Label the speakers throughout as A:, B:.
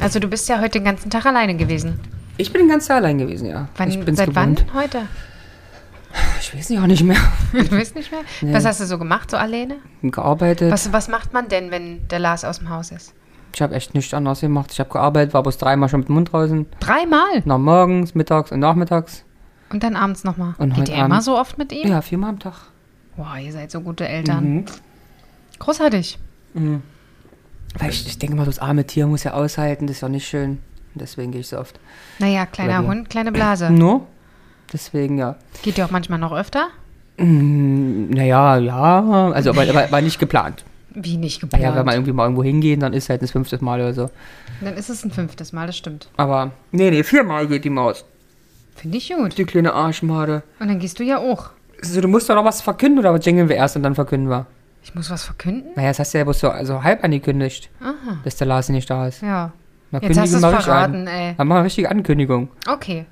A: Also du bist ja heute den ganzen Tag alleine gewesen.
B: Ich bin den ganzen Tag allein gewesen, ja.
A: Wann,
B: ich bin's
A: seit
B: gewohnt.
A: wann? Heute?
B: Ich weiß nicht auch nicht mehr.
A: Du weißt nicht mehr? Was hast du so gemacht, so alleine?
B: Gearbeitet.
A: Was, was macht man denn, wenn der Lars aus dem Haus ist?
B: Ich habe echt nichts anderes gemacht. Ich habe gearbeitet, war bloß dreimal schon mit dem Mund draußen.
A: Dreimal.
B: Nach morgens, mittags und nachmittags.
A: Und dann abends nochmal.
B: Und
A: Geht
B: heute
A: ihr immer
B: Abend.
A: so oft mit ihm?
B: Ja, Mhm. viermal am Tag.
A: Boah, ihr seid so gute Eltern. Großartig.
B: Weil ich, ich denke mal, das arme Tier muss ja aushalten, das ist ja nicht schön. Und Deswegen gehe ich so oft.
A: Naja, kleiner
B: Oder wir. Mhm.
A: Hund, kleine Blase.
B: No? Deswegen ja.
A: Geht ihr auch manchmal noch öfter?
B: Naja, ja. Also aber, aber war nicht geplant.
A: Wie nicht geplant.
B: Ja, wenn man irgendwie mal irgendwo hingehen, dann ist halt das fünftes Mal oder so.
A: Dann ist es ein fünftes Mal, das stimmt.
B: Aber nee, nee, viermal geht die Maus.
A: Finde ich gut.
B: Die kleine Arschmade.
A: Und dann gehst du ja auch.
B: So, du musst doch noch was verkünden oder was jingeln wir erst und dann verkünden wir?
A: Ich muss was verkünden?
B: Naja, das hast du ja bloß so also halb angekündigt,
A: Aha.
B: dass der Lars nicht da ist.
A: Ja.
B: Na,
A: Jetzt hast
B: kündigen
A: du es
B: wir richtig
A: verraten,
B: an.
A: ey.
B: Dann machen wir eine richtige Ankündigung.
A: Okay.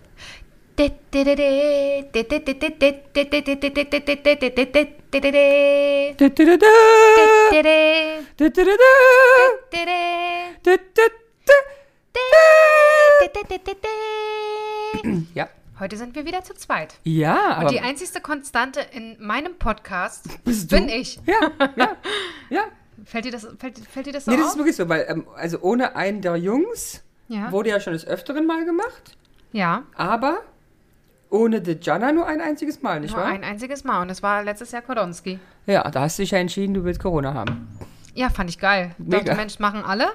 B: Ja.
A: Heute sind wir wieder zu zweit.
B: Ja, aber
A: Die einzigste Konstante in meinem Podcast
B: bist du?
A: bin ich.
B: Ja, ja, ja.
A: Fällt dir das, fällt, fällt dir das so
B: Nee, das ist
A: auf?
B: wirklich so, weil ähm, also ohne einen der Jungs
A: Ja.
B: wurde ja schon des Öfteren mal gemacht,
A: ja,
B: aber ohne The Jana nur ein einziges Mal, nicht
A: nur
B: wahr?
A: ein einziges Mal. Und das war letztes Jahr Kodonski.
B: Ja, da hast du dich ja entschieden, du willst Corona haben.
A: Ja, fand ich geil. Ich dachte,
B: Mega.
A: Mensch, machen alle.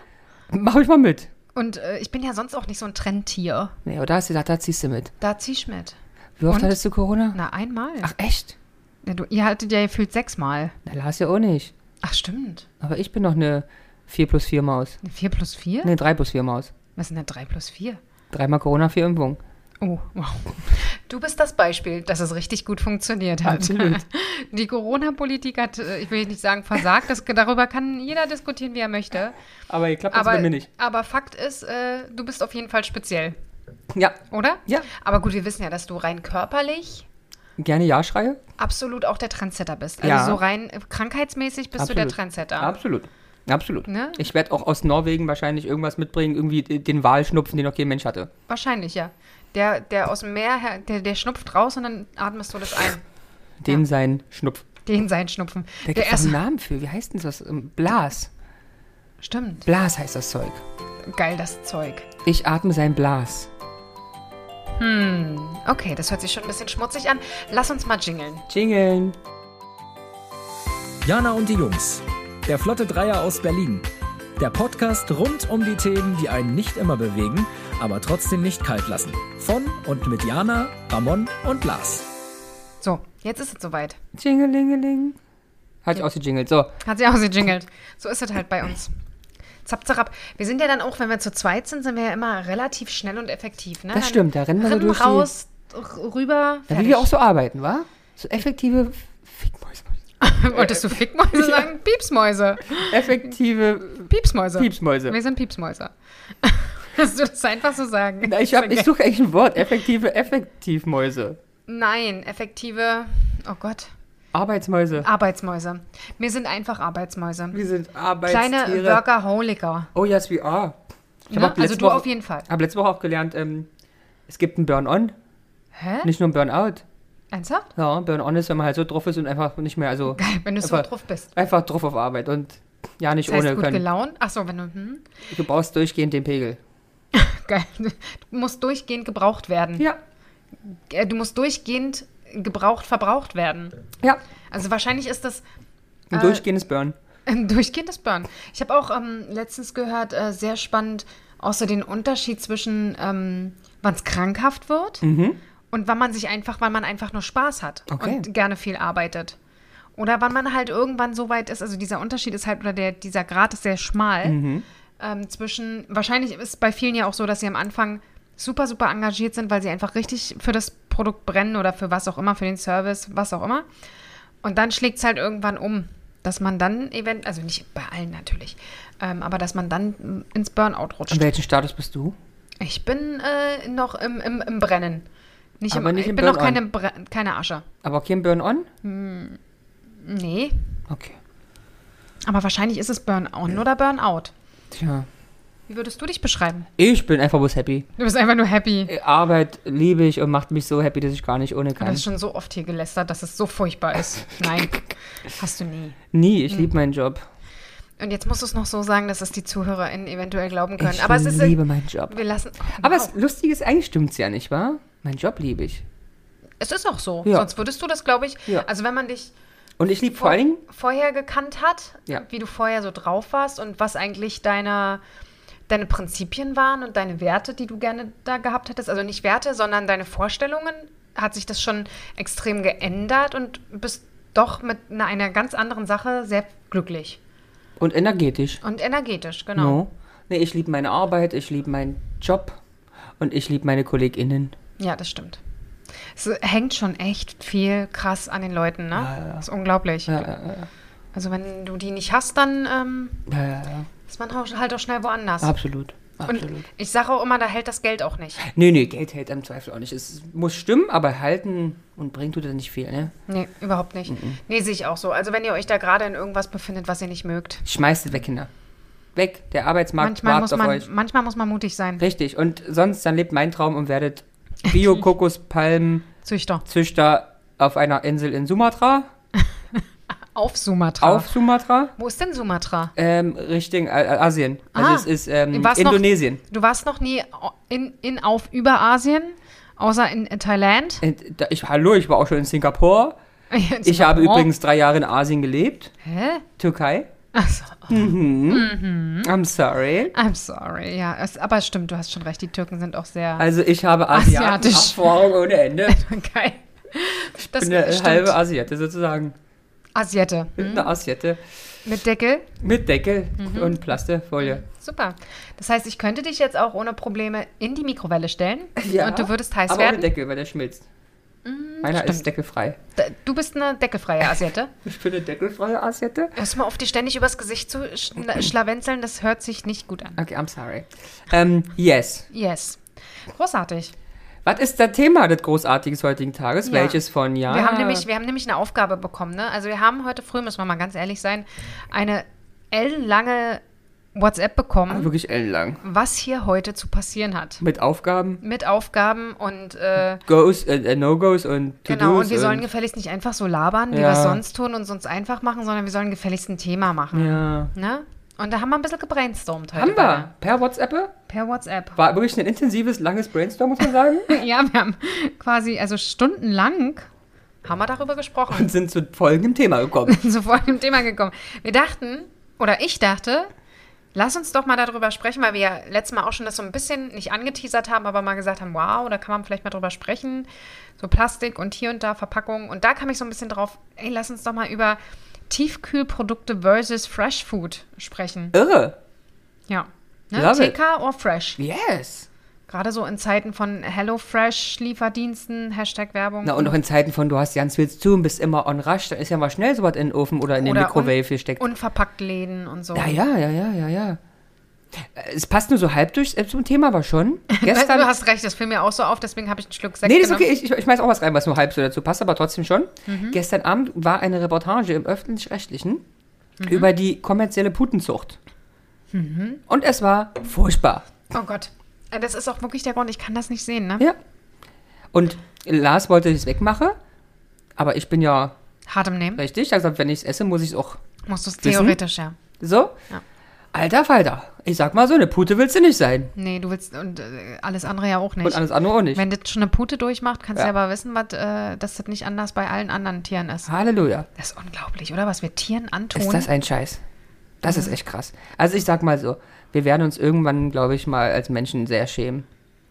B: Mach ich mal mit.
A: Und äh, ich bin ja sonst auch nicht so ein Trendtier.
B: Nee, aber da hast du gesagt, da ziehst du mit.
A: Da zieh ich mit.
B: Wie oft
A: Und?
B: hattest du Corona?
A: Na, einmal.
B: Ach, echt?
A: Ja, du, ihr hattet ja gefühlt sechsmal.
B: Na, Lars ja auch nicht.
A: Ach, stimmt.
B: Aber ich bin noch eine 4 plus 4 Maus.
A: Eine 4 plus 4?
B: Ne, 3 plus 4 Maus.
A: Was sind denn 3 plus 4?
B: Dreimal Corona, vier Impfungen.
A: Oh, wow. Du bist das Beispiel, dass es richtig gut funktioniert hat.
B: Absolut.
A: Die Corona-Politik hat, äh, ich will nicht sagen versagt, das, darüber kann jeder diskutieren, wie er möchte.
B: Aber ihr klappt
A: Aber, aber Fakt ist, äh, du bist auf jeden Fall speziell,
B: Ja,
A: oder?
B: Ja.
A: Aber gut, wir wissen ja, dass du rein körperlich
B: gerne Ja schreie.
A: absolut auch der Trendsetter bist. Also
B: Ja.
A: so rein äh, krankheitsmäßig bist du der Trendsetter.
B: Absolut. Absolut.
A: Ne?
B: Ich werde auch aus Norwegen wahrscheinlich irgendwas mitbringen, irgendwie den Walschnupfen, den noch kein Mensch hatte.
A: Wahrscheinlich, ja. Der, der aus dem Meer, her- der, der schnupft raus und dann atmest du das ein.
B: Dem sein Schnupf.
A: Den sein Schnupfen.
B: Da
A: Der
B: gibt es
A: erste-
B: einen Namen für. Wie heißt denn das? Ähm, Blas.
A: Stimmt.
B: Blas heißt das Zeug.
A: Geil, das Zeug.
B: Ich atme sein Blas.
A: Okay, das hört sich schon ein bisschen schmutzig an. Lass uns mal jingeln.
B: Jingeln.
C: Jana und die Jungs. Der Flotte Dreier aus Berlin. Der Podcast rund um die Themen, die einen nicht immer bewegen, aber trotzdem nicht kalt lassen. Von und mit Jana, Ramon und Lars.
A: So, jetzt ist es soweit.
B: Jingelingeling. Hat ich ausgejingelt. So,
A: Hat sie ausgejingelt. So ist es halt bei uns. Zapp, zapp. Wir sind ja dann auch, wenn wir zu zweit sind, sind wir ja immer relativ schnell und effektiv. Ne?
B: Das
A: Dann
B: stimmt, da rennen wir so durch die-
A: raus, r- rüber.
B: da will
A: Fertig.
B: ich auch so arbeiten, wa? So effektive Fickmäuse.
A: Wolltest du Fickmäuse sagen? Piepsmäuse.
B: Effektive.
A: Piepsmäuse.
B: Piepsmäuse.
A: Wir sind Piepsmäuse. Willst du das einfach so sagen?
B: Na, ich, hab- ich suche eigentlich ein Wort. Effektive Effektivmäuse.
A: Nein, effektive. Oh Gott.
B: Arbeitsmäuse.
A: Arbeitsmäuse. Wir sind einfach Arbeitsmäuse.
B: Ah, Wir sind Arbeitstiere.
A: Kleine Workaholiker.
B: Oh yes, we are. Ich hab
A: Ne?
B: auch
A: Also
B: letzte
A: du
B: Woche-
A: auf jeden Fall.
B: habe letzte Woche auch gelernt, ähm, es gibt einen Burn-on,
A: Hä?
B: nicht nur einen Burn-out.
A: Ernsthaft?
B: Ja, Burn-on ist, wenn man halt so drauf ist und einfach nicht mehr, also
A: Geil, wenn du so
B: Einfach-
A: drauf bist.
B: einfach drauf auf Arbeit und ja, nicht
A: Das heißt,
B: ohne
A: gut
B: können.
A: gelaunt. Achso, wenn du. Hm,
B: Du brauchst durchgehend den Pegel.
A: geil. Du musst durchgehend gebraucht werden.
B: Ja,
A: Äh, Du musst durchgehend gebraucht, verbraucht werden.
B: ja.
A: Also wahrscheinlich ist das
B: Ein
A: Äh,
B: durchgehendes Burn.
A: ein durchgehendes Burn. Ich habe auch ähm, letztens gehört, äh, sehr spannend, auch so den Unterschied zwischen, ähm, wann es krankhaft wird und wann man sich einfach, wann man einfach nur Spaß hat
B: Okay.
A: und gerne viel arbeitet. Oder wann man halt irgendwann so weit ist, also dieser Unterschied ist halt, oder der, dieser Grad ist sehr schmal ähm, zwischen, wahrscheinlich ist bei vielen ja auch so, dass sie am Anfang super, super engagiert sind, weil sie einfach richtig für das Produkt brennen oder für was auch immer, für den Service, was auch immer. Und dann schlägt es halt irgendwann um, dass man dann event, also nicht bei allen natürlich, ähm, aber dass man dann m, ins Burnout
B: In
A: rutscht.
B: welchem Status bist du?
A: Ich bin äh, noch im, im, im Brennen. Nicht
B: Aber
A: im,
B: nicht
A: ich
B: im
A: bin noch
B: Burnout.
A: keine, Bre- keine Asche.
B: Aber kein Burn-on?
A: Nee.
B: Okay.
A: Aber wahrscheinlich ist es Burnout oder Burnout.
B: Tja.
A: Wie würdest du dich beschreiben?
B: Ich bin einfach bloß happy.
A: Du bist einfach nur happy.
B: Arbeit liebe ich und macht mich so happy, dass ich gar nicht ohne
A: Du
B: kann.
A: hast schon so oft hier gelästert, dass es so furchtbar ist. Nein, hast du nie.
B: Nie,
A: Hm.
B: ich liebe meinen Job.
A: Und jetzt musst du es noch so sagen, dass es die ZuhörerInnen eventuell glauben können.
B: Ich
A: Aber es ist. Genau.
B: liebe meinen Job.
A: Wir lassen.
B: Aber
A: wow.
B: das Lustige ist, eigentlich stimmt's ja nicht, wahr? Mein Job liebe ich.
A: es, ist auch so.
B: Ja.
A: Sonst würdest du das, glaube ich.
B: Ja.
A: Also, wenn man dich
B: Und ich liebe vor allen Dingen,
A: vorher gekannt hat,
B: Ja.
A: wie du vorher so drauf warst und was eigentlich deine, deine Prinzipien waren und deine Werte, die du gerne da gehabt hättest. Also nicht Werte, sondern deine Vorstellungen. Hat sich das schon extrem geändert und bist doch mit einer, einer ganz anderen Sache sehr glücklich
B: und energetisch.
A: und energetisch, genau.
B: No. Nee, ich liebe meine Arbeit, ich liebe meinen Job und ich liebe meine KollegInnen.
A: Ja, das stimmt. Es hängt schon echt viel krass an den Leuten, ne? Das ist unglaublich.
B: Ja, ja, ja.
A: Also wenn du die nicht hast, dann ähm,
B: ja, ja, ja.
A: ist man auch- halt auch schnell woanders.
B: Absolut.
A: und
B: Absolut.
A: ich sage auch immer, da hält das Geld auch nicht.
B: nee, nee, Geld hält im Zweifel auch nicht. Es muss stimmen, aber halten und bringt tut das nicht viel, ne?
A: Nee, überhaupt nicht. Nee, sehe ich auch so. Also wenn ihr euch da gerade in irgendwas befindet, was ihr nicht mögt.
B: Schmeißt es weg, Kinder. Weg. Der Arbeitsmarkt
A: Manchmal muss,
B: wartet auf
A: man,
B: euch.
A: manchmal muss man mutig sein.
B: Richtig. Und sonst, dann lebt mein Traum und werdet Bio-Kokospalmenzüchter
A: Züchter.
B: auf einer Insel in Sumatra.
A: Auf Sumatra.
B: Auf Sumatra.
A: Wo ist denn Sumatra?
B: Ähm, Richtung äh, Asien. Also
A: Ah.
B: es ist ähm,
A: Du warst noch-
B: Indonesien.
A: Du warst noch nie in, in auf über Asien, außer in Thailand.
B: Und Äh, da- Ich, hallo, ich war auch schon in Singapur.
A: In
B: Ich habe
A: Singapur.
B: übrigens drei Jahre in Asien gelebt.
A: Hä?
B: Türkei.
A: Achso, Hm?
B: I'm sorry.
A: I'm sorry. Ja, es, aber stimmt, du hast schon recht. Die Türken sind auch sehr
B: Also ich habe Asiatisch.
A: Asiatisch.
B: Erfahrung ohne Ende.
A: geil. Das
B: Also, Ich bin eine
A: stimmt. Hm?
B: halbe Asiate sozusagen.
A: Asiate.
B: Eine Asiate.
A: Mit Deckel.
B: Mit Deckel
A: Mhm.
B: und Plastefolie.
A: Super. Das heißt, ich könnte dich jetzt auch ohne Probleme in die Mikrowelle stellen und du würdest heiß
B: aber
A: werden. Hm,
B: ohne Deckel, weil der schmilzt. Meiner ist deckelfrei.
A: Da- Du bist eine deckelfreie Asiate.
B: Ich bin eine deckelfreie Asiate.
A: Hörst mal auf, dir ständig übers Gesicht zu schn- schlawenzeln, das hört sich nicht gut an.
B: Okay, I'm sorry. Ähm, yes.
A: Yes. Großartig.
B: Was ist das Thema des Großartiges heutigen Tages?
A: Ja.
B: Welches von ja?
A: Wir, haben nämlich, wir haben nämlich eine Aufgabe bekommen. Ne? Also wir haben heute früh, müssen wir mal ganz ehrlich sein, eine ellenlange WhatsApp bekommen,
B: wirklich ellenlang.
A: was hier heute zu passieren hat.
B: Mit Aufgaben,
A: Mit Aufgaben und äh,
B: Goes, äh, äh, No-Goes und To-Dos.
A: genau, und wir sollen gefälligst nicht einfach so labern, wie
B: Ja.
A: wir es sonst tun und es uns einfach machen, sondern wir sollen gefälligst ein Thema machen.
B: Ja.
A: Ne? Und da haben wir ein bisschen gebrainstormt heute.
B: Mhm. Haben
A: beide.
B: wir. Per WhatsApp?
A: Per WhatsApp.
B: War wirklich ein intensives, langes Brainstorm, muss man sagen.
A: Ja, wir haben quasi, also stundenlang haben wir darüber gesprochen.
B: und sind zu folgendem Thema gekommen.
A: Sofort dem Thema gekommen. Wir dachten, oder ich dachte, lass uns doch mal darüber sprechen, weil wir ja letztes Mal auch schon das so ein bisschen nicht angeteasert haben, aber mal gesagt haben, wow, da kann man vielleicht mal drüber sprechen. So Plastik und hier und da Verpackung. Und da kam ich so ein bisschen drauf, ey, lass uns doch mal über Tiefkühlprodukte versus Fresh Food sprechen.
B: Irre.
A: Ja. Ne?
B: Love it.
A: TK or Fresh?
B: Yes.
A: Gerade so in Zeiten von HelloFresh-Lieferdiensten, Hashtag Werbung.
B: Na, und auch in Zeiten von, du hast ganz viel zu tun und bist immer on rush, dann ist ja mal schnell sowas in den Ofen oder in den
A: Oder
B: Mikrowave gesteckt.
A: unverpackt Läden und so.
B: Ja, ja, ja, ja, ja, ja. Äh, Es passt nur so halb durch äh, zum Thema, aber schon. Gestern.
A: du hast recht, das fiel mir auch so auf, deswegen habe ich einen Schluck Sekt
B: nee, das ist okay.
A: genommen. Mhm.
B: Ich, ich, ich schmeiß auch was rein, was nur halb so dazu passt, aber trotzdem schon. Gestern Abend war eine Reportage im Öffentlich-Rechtlichen
A: Mhm.
B: über die kommerzielle Putenzucht. Und es war furchtbar.
A: Oh Gott. Äh, Das ist auch wirklich der Grund, ich kann das nicht sehen, ne?
B: Ja. Und Lars wollte, dass ich es wegmache, aber ich bin ja
A: Hart im Nehmen.
B: richtig. Ich habe gesagt, wenn ich es esse, muss ich es auch
A: Musst du es
B: Wissen?
A: theoretisch, ja.
B: So?
A: Ja.
B: Alter Falter. Ich sag mal so, eine Pute willst du nicht sein.
A: Nee, du willst und äh, alles andere ja auch nicht.
B: Und alles andere auch nicht.
A: Wenn das schon eine Pute durchmacht, kannst
B: Ja.
A: du aber wissen, was, äh, dass das nicht anders bei allen anderen Tieren ist.
B: Halleluja.
A: Das ist unglaublich, oder? Was wir Tieren antun.
B: Ist das ein Scheiß? Das
A: Ah.
B: ist echt krass. Also ich sag mal so, wir werden uns irgendwann, glaube ich, mal als Menschen sehr schämen.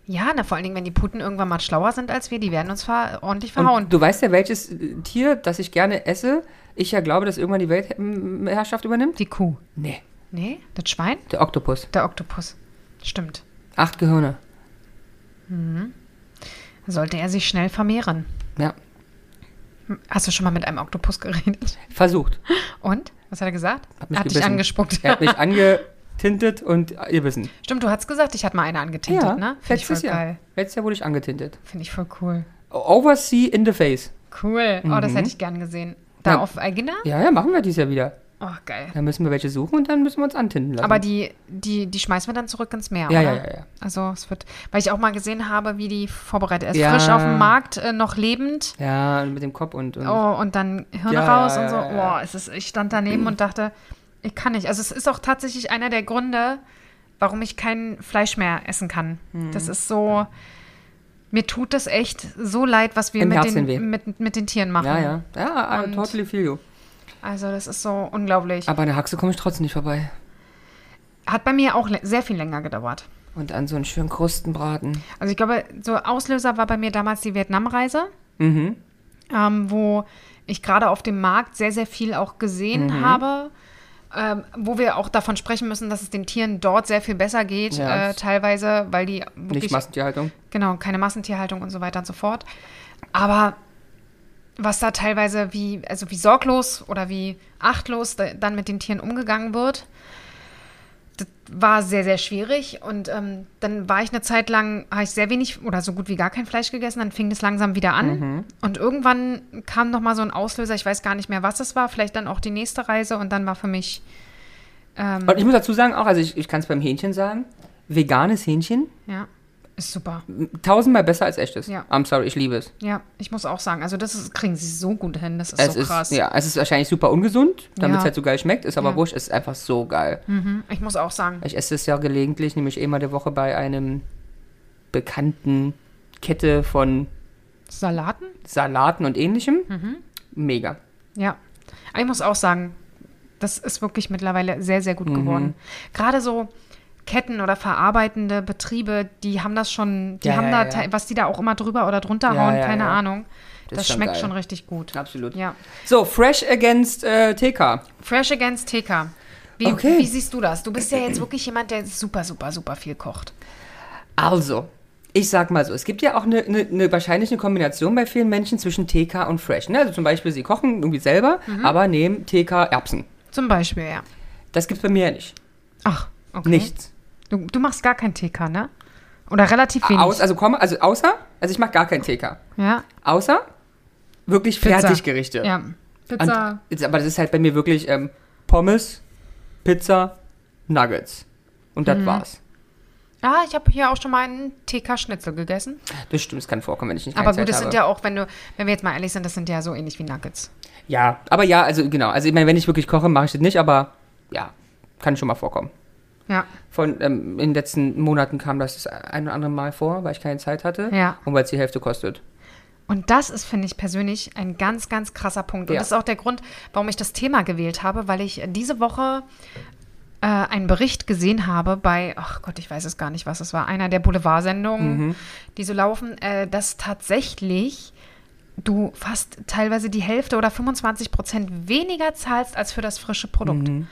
A: ja, na, vor allen Dingen, wenn die Puten irgendwann mal schlauer sind als wir, die werden uns ver ordentlich verhauen.
B: Und du weißt ja, welches äh, Tier, das ich gerne esse, ich ja glaube, dass irgendwann die Weltherrschaft übernimmt?
A: Die Kuh.
B: Nee,
A: Nee, das Schwein?
B: der Oktopus.
A: Der Oktopus. Stimmt.
B: Acht Gehirne.
A: Sollte er sich schnell vermehren.
B: Ja,
A: Hast du schon mal mit einem Oktopus geredet?
B: versucht.
A: Und? Was hat er gesagt?
B: Hat mich
A: er hat dich
B: gebissen.
A: angespuckt.
B: Er hat mich angetintet und äh, ihr wissen.
A: Stimmt, du hast gesagt, ich hatte mal eine angetintet, ne? Finde ich voll
B: letztes Jahr.
A: geil.
B: Letztes Jahr wurde ich angetintet.
A: Finde ich voll cool.
B: Oversea in the face.
A: Cool. Oh, das hätte ich gern gesehen. Da
B: Mhm. Ja.
A: auf Algina?
B: Ja, ja, machen wir dies Jahr wieder.
A: Oh, geil.
B: Dann müssen wir welche suchen und dann müssen wir uns antinden lassen.
A: Aber die, die, die schmeißen wir dann zurück ins Meer,
B: Ja,
A: oder?
B: ja, ja, ja.
A: Also es wird, weil ich auch mal gesehen habe, wie die vorbereitet ist.
B: Ja.
A: Frisch auf dem Markt, äh, noch lebend.
B: ja, mit dem Kopf und, und
A: Oh, und dann Hirn
B: Hm. Ja, ja,
A: raus
B: ja,
A: und so.
B: ja,
A: Boah, es ist, ich stand daneben und dachte, ich kann nicht. Also es ist auch tatsächlich einer der Gründe, warum ich kein Fleisch mehr essen kann.
B: Hm.
A: Das ist so, mir tut das echt so leid, was wir
B: Im
A: mit
B: Herzen weh.
A: den, mit, mit den Tieren machen.
B: ja, ja. Ja,
A: Und-
B: totally feel you.
A: Also das ist so unglaublich.
B: Aber an der Haxe komme ich trotzdem nicht vorbei.
A: Hat bei mir auch lä- sehr viel länger gedauert.
B: Und an so einen schönen Krustenbraten.
A: Also ich glaube, so Auslöser war bei mir damals die Vietnamreise,
B: Mhm.
A: ähm, wo ich gerade auf dem Markt sehr, sehr viel auch gesehen
B: Mhm.
A: habe, ähm, wo wir auch davon sprechen müssen, dass es den Tieren dort sehr viel besser geht,
B: Ja.
A: äh, teilweise, weil die
B: Nicht
A: wirklich,
B: Massentierhaltung.
A: genau, keine Massentierhaltung und so weiter und so fort. Aber was da teilweise wie, also wie sorglos oder wie achtlos da- dann mit den Tieren umgegangen wird, das war sehr, sehr schwierig. Und ähm, dann war ich eine Zeit lang, habe ich sehr wenig oder so gut wie gar kein Fleisch gegessen. Dann fing das langsam wieder an.
B: Mhm.
A: Und irgendwann kam noch mal so ein Auslöser. Ich weiß gar nicht mehr, was es war. Vielleicht dann auch die nächste Reise. Und dann war für mich ähm,
B: Und ich muss dazu sagen, auch, also ich, ich kann es beim Hähnchen sagen, veganes Hähnchen
A: ja, ist super.
B: tausendmal besser als echtes.
A: Ja.
B: I'm sorry, ich liebe es.
A: Ja, ich muss auch sagen, also das ist, kriegen sie so gut hin. Das ist
B: es
A: so krass.
B: ist ja, es ist wahrscheinlich super ungesund, damit
A: Ja.
B: es halt so geil schmeckt, ist aber
A: Ja.
B: wurscht, es ist einfach so geil.
A: Mhm, ich muss auch sagen.
B: Ich esse es ja gelegentlich, nämlich einmal der Woche bei einem bekannten Kette von
A: Salaten?
B: Salaten und ähnlichem.
A: Mhm.
B: Mega.
A: Ja. Aber ich muss auch sagen, das ist wirklich mittlerweile sehr, sehr
B: Mhm.
A: gut geworden. Gerade so Ketten oder verarbeitende Betriebe, die haben das schon, die
B: Ja,
A: haben
B: ja,
A: da,
B: ja,
A: te-
B: ja.
A: was die da auch immer drüber oder drunter
B: Ja,
A: hauen,
B: ja,
A: keine
B: ja.
A: Ahnung.
B: Das
A: Das,
B: ist schon
A: schmeckt
B: geil.
A: schon richtig gut.
B: Absolut.
A: Ja.
B: So, Fresh Against äh, TK.
A: Fresh Against TK. Wie,
B: Okay.
A: wie siehst du das? Du bist ja jetzt wirklich jemand, der super, super, super viel kocht.
B: Also, ich sag mal so, es gibt ja auch eine, eine, eine wahrscheinlich eine Kombination bei vielen Menschen zwischen TK und Fresh. Ne? Also zum Beispiel, sie kochen irgendwie selber,
A: Mhm.
B: aber nehmen TK Erbsen.
A: Zum Beispiel, ja.
B: Das gibt's bei mir ja nicht.
A: Ach, okay.
B: Nichts.
A: Du, du machst gar kein TK, ne? Oder relativ wenig.
B: Aus, also, komme, also außer, also ich mache gar kein TK.
A: ja.
B: Außer wirklich
A: Pizza.
B: Fertiggerichte.
A: Ja.
B: Und,
A: Pizza.
B: jetzt- aber das ist halt bei mir wirklich ähm, Pommes, Pizza, Nuggets. Und
A: Mhm.
B: das war's.
A: Ja, Ah, ich habe hier auch schon mal einen TK-Schnitzel gegessen.
B: Das stimmt, es kann vorkommen, wenn ich nicht
A: Aber gut, das
B: habe.
A: sind ja auch, wenn du, wenn wir jetzt mal ehrlich sind, das sind ja so ähnlich wie Nuggets.
B: Ja, aber ja, also genau. Also ich meine, wenn ich wirklich koche, mache ich das nicht, aber ja, kann schon mal vorkommen.
A: Ja.
B: Von ähm, in den letzten Monaten kam das das ein oder andere Mal vor, weil ich keine Zeit hatte
A: Ja.
B: und weil es die Hälfte kostet.
A: Und das ist, finde ich persönlich, ein ganz, ganz krasser Punkt. Und
B: Ja.
A: das ist auch der Grund, warum ich das Thema gewählt habe, weil ich diese Woche äh, einen Bericht gesehen habe bei, ach Gott, ich weiß es gar nicht, was es war, einer der Boulevardsendungen,
B: Mhm.
A: die so laufen, äh, dass tatsächlich du fast teilweise die Hälfte oder 25 Prozent weniger zahlst als für das frische Produkt.
B: Mhm.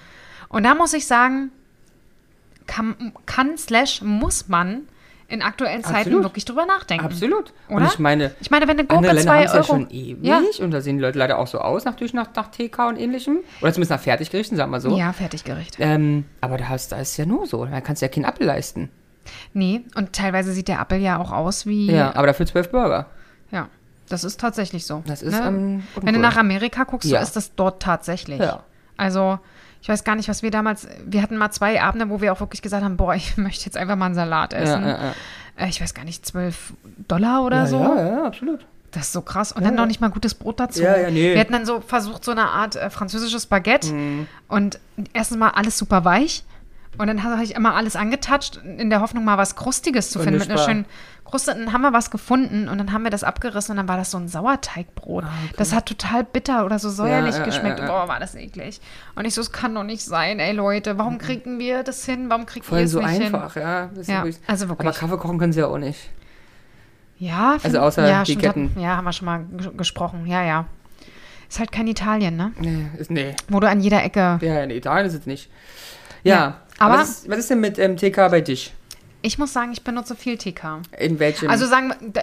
A: Und da muss ich sagen, kann, kann slash muss man in aktuellen Zeiten
B: Absolut.
A: wirklich drüber nachdenken.
B: Absolut. Und
A: Oder?
B: ich meine,
A: Ich meine, wenn eine
B: andere
A: Gurke
B: Länder haben es
A: 2
B: ja
A: Euro.
B: schon ewig
A: Ja.
B: und da sehen die Leute leider auch so aus, natürlich nach, nach TK und ähnlichem. Oder zumindest nach Fertiggerichten, sagen wir so.
A: ja, Fertiggericht.
B: Ähm, aber da ist, da ist ja nur so. Da kannst du ja keinen Apfel leisten.
A: Nee, und teilweise sieht der Apfel ja auch aus wie.
B: Ja, aber dafür zwölf Burger.
A: Ja, das ist tatsächlich so. ne?
B: Das ist, ähm, uncool.
A: Wenn du nach Amerika guckst,
B: Ja.
A: so ist das dort tatsächlich.
B: Ja.
A: Also, ich weiß gar nicht, was wir damals. Wir hatten mal zwei Abende, wo wir auch wirklich gesagt haben: Boah, ich möchte jetzt einfach mal einen Salat essen.
B: ja, ja.
A: Äh, Ich weiß gar nicht, 12 Dollar oder
B: ja,
A: so.
B: ja, ja, absolut.
A: Das ist so krass. Und dann noch nicht mal gutes Brot dazu.
B: Ja, ja, nee. Mhm.
A: Wir hatten dann so versucht, so eine Art äh, französisches Baguette. Und erstens mal alles super weich. Und dann habe ich immer alles angetatscht, in der Hoffnung, mal was Krustiges zu
B: Und
A: finden.
B: das
A: Mit einer
B: war-
A: schönen Kruste. Und dann haben wir was gefunden. Und dann haben wir das abgerissen. Und dann war das so ein Sauerteigbrot. Das hat total bitter oder so säuerlich
B: Ah, Ja, ja,
A: geschmeckt.
B: ja, ja.
A: Boah, war das eklig. Und ich so, es kann doch nicht sein, ey Leute. Warum kriegen wir das hin? Warum kriegen
B: Mhm. Voll
A: wir es
B: so
A: nicht
B: einfach,
A: hin?
B: ja. Das ist
A: Ja,
B: wirklich-
A: also wirklich.
B: Aber Kaffee kochen können sie ja auch nicht.
A: Ja,
B: Also außer
A: ja,
B: die
A: stimmt,
B: Ketten.
A: hatten- ja, haben wir schon mal g- gesprochen. Ja, ja. Ist halt kein Italien, ne?
B: Nee, ist, nee.
A: Wo du an jeder Ecke.
B: Ja, in Italien ist es nicht. Ja,
A: Ja, aber-
B: was ist, was ist denn mit ähm, TK bei dich?
A: Ich muss sagen, ich benutze viel TK.
B: In welchem?
A: Also sagen wir, da-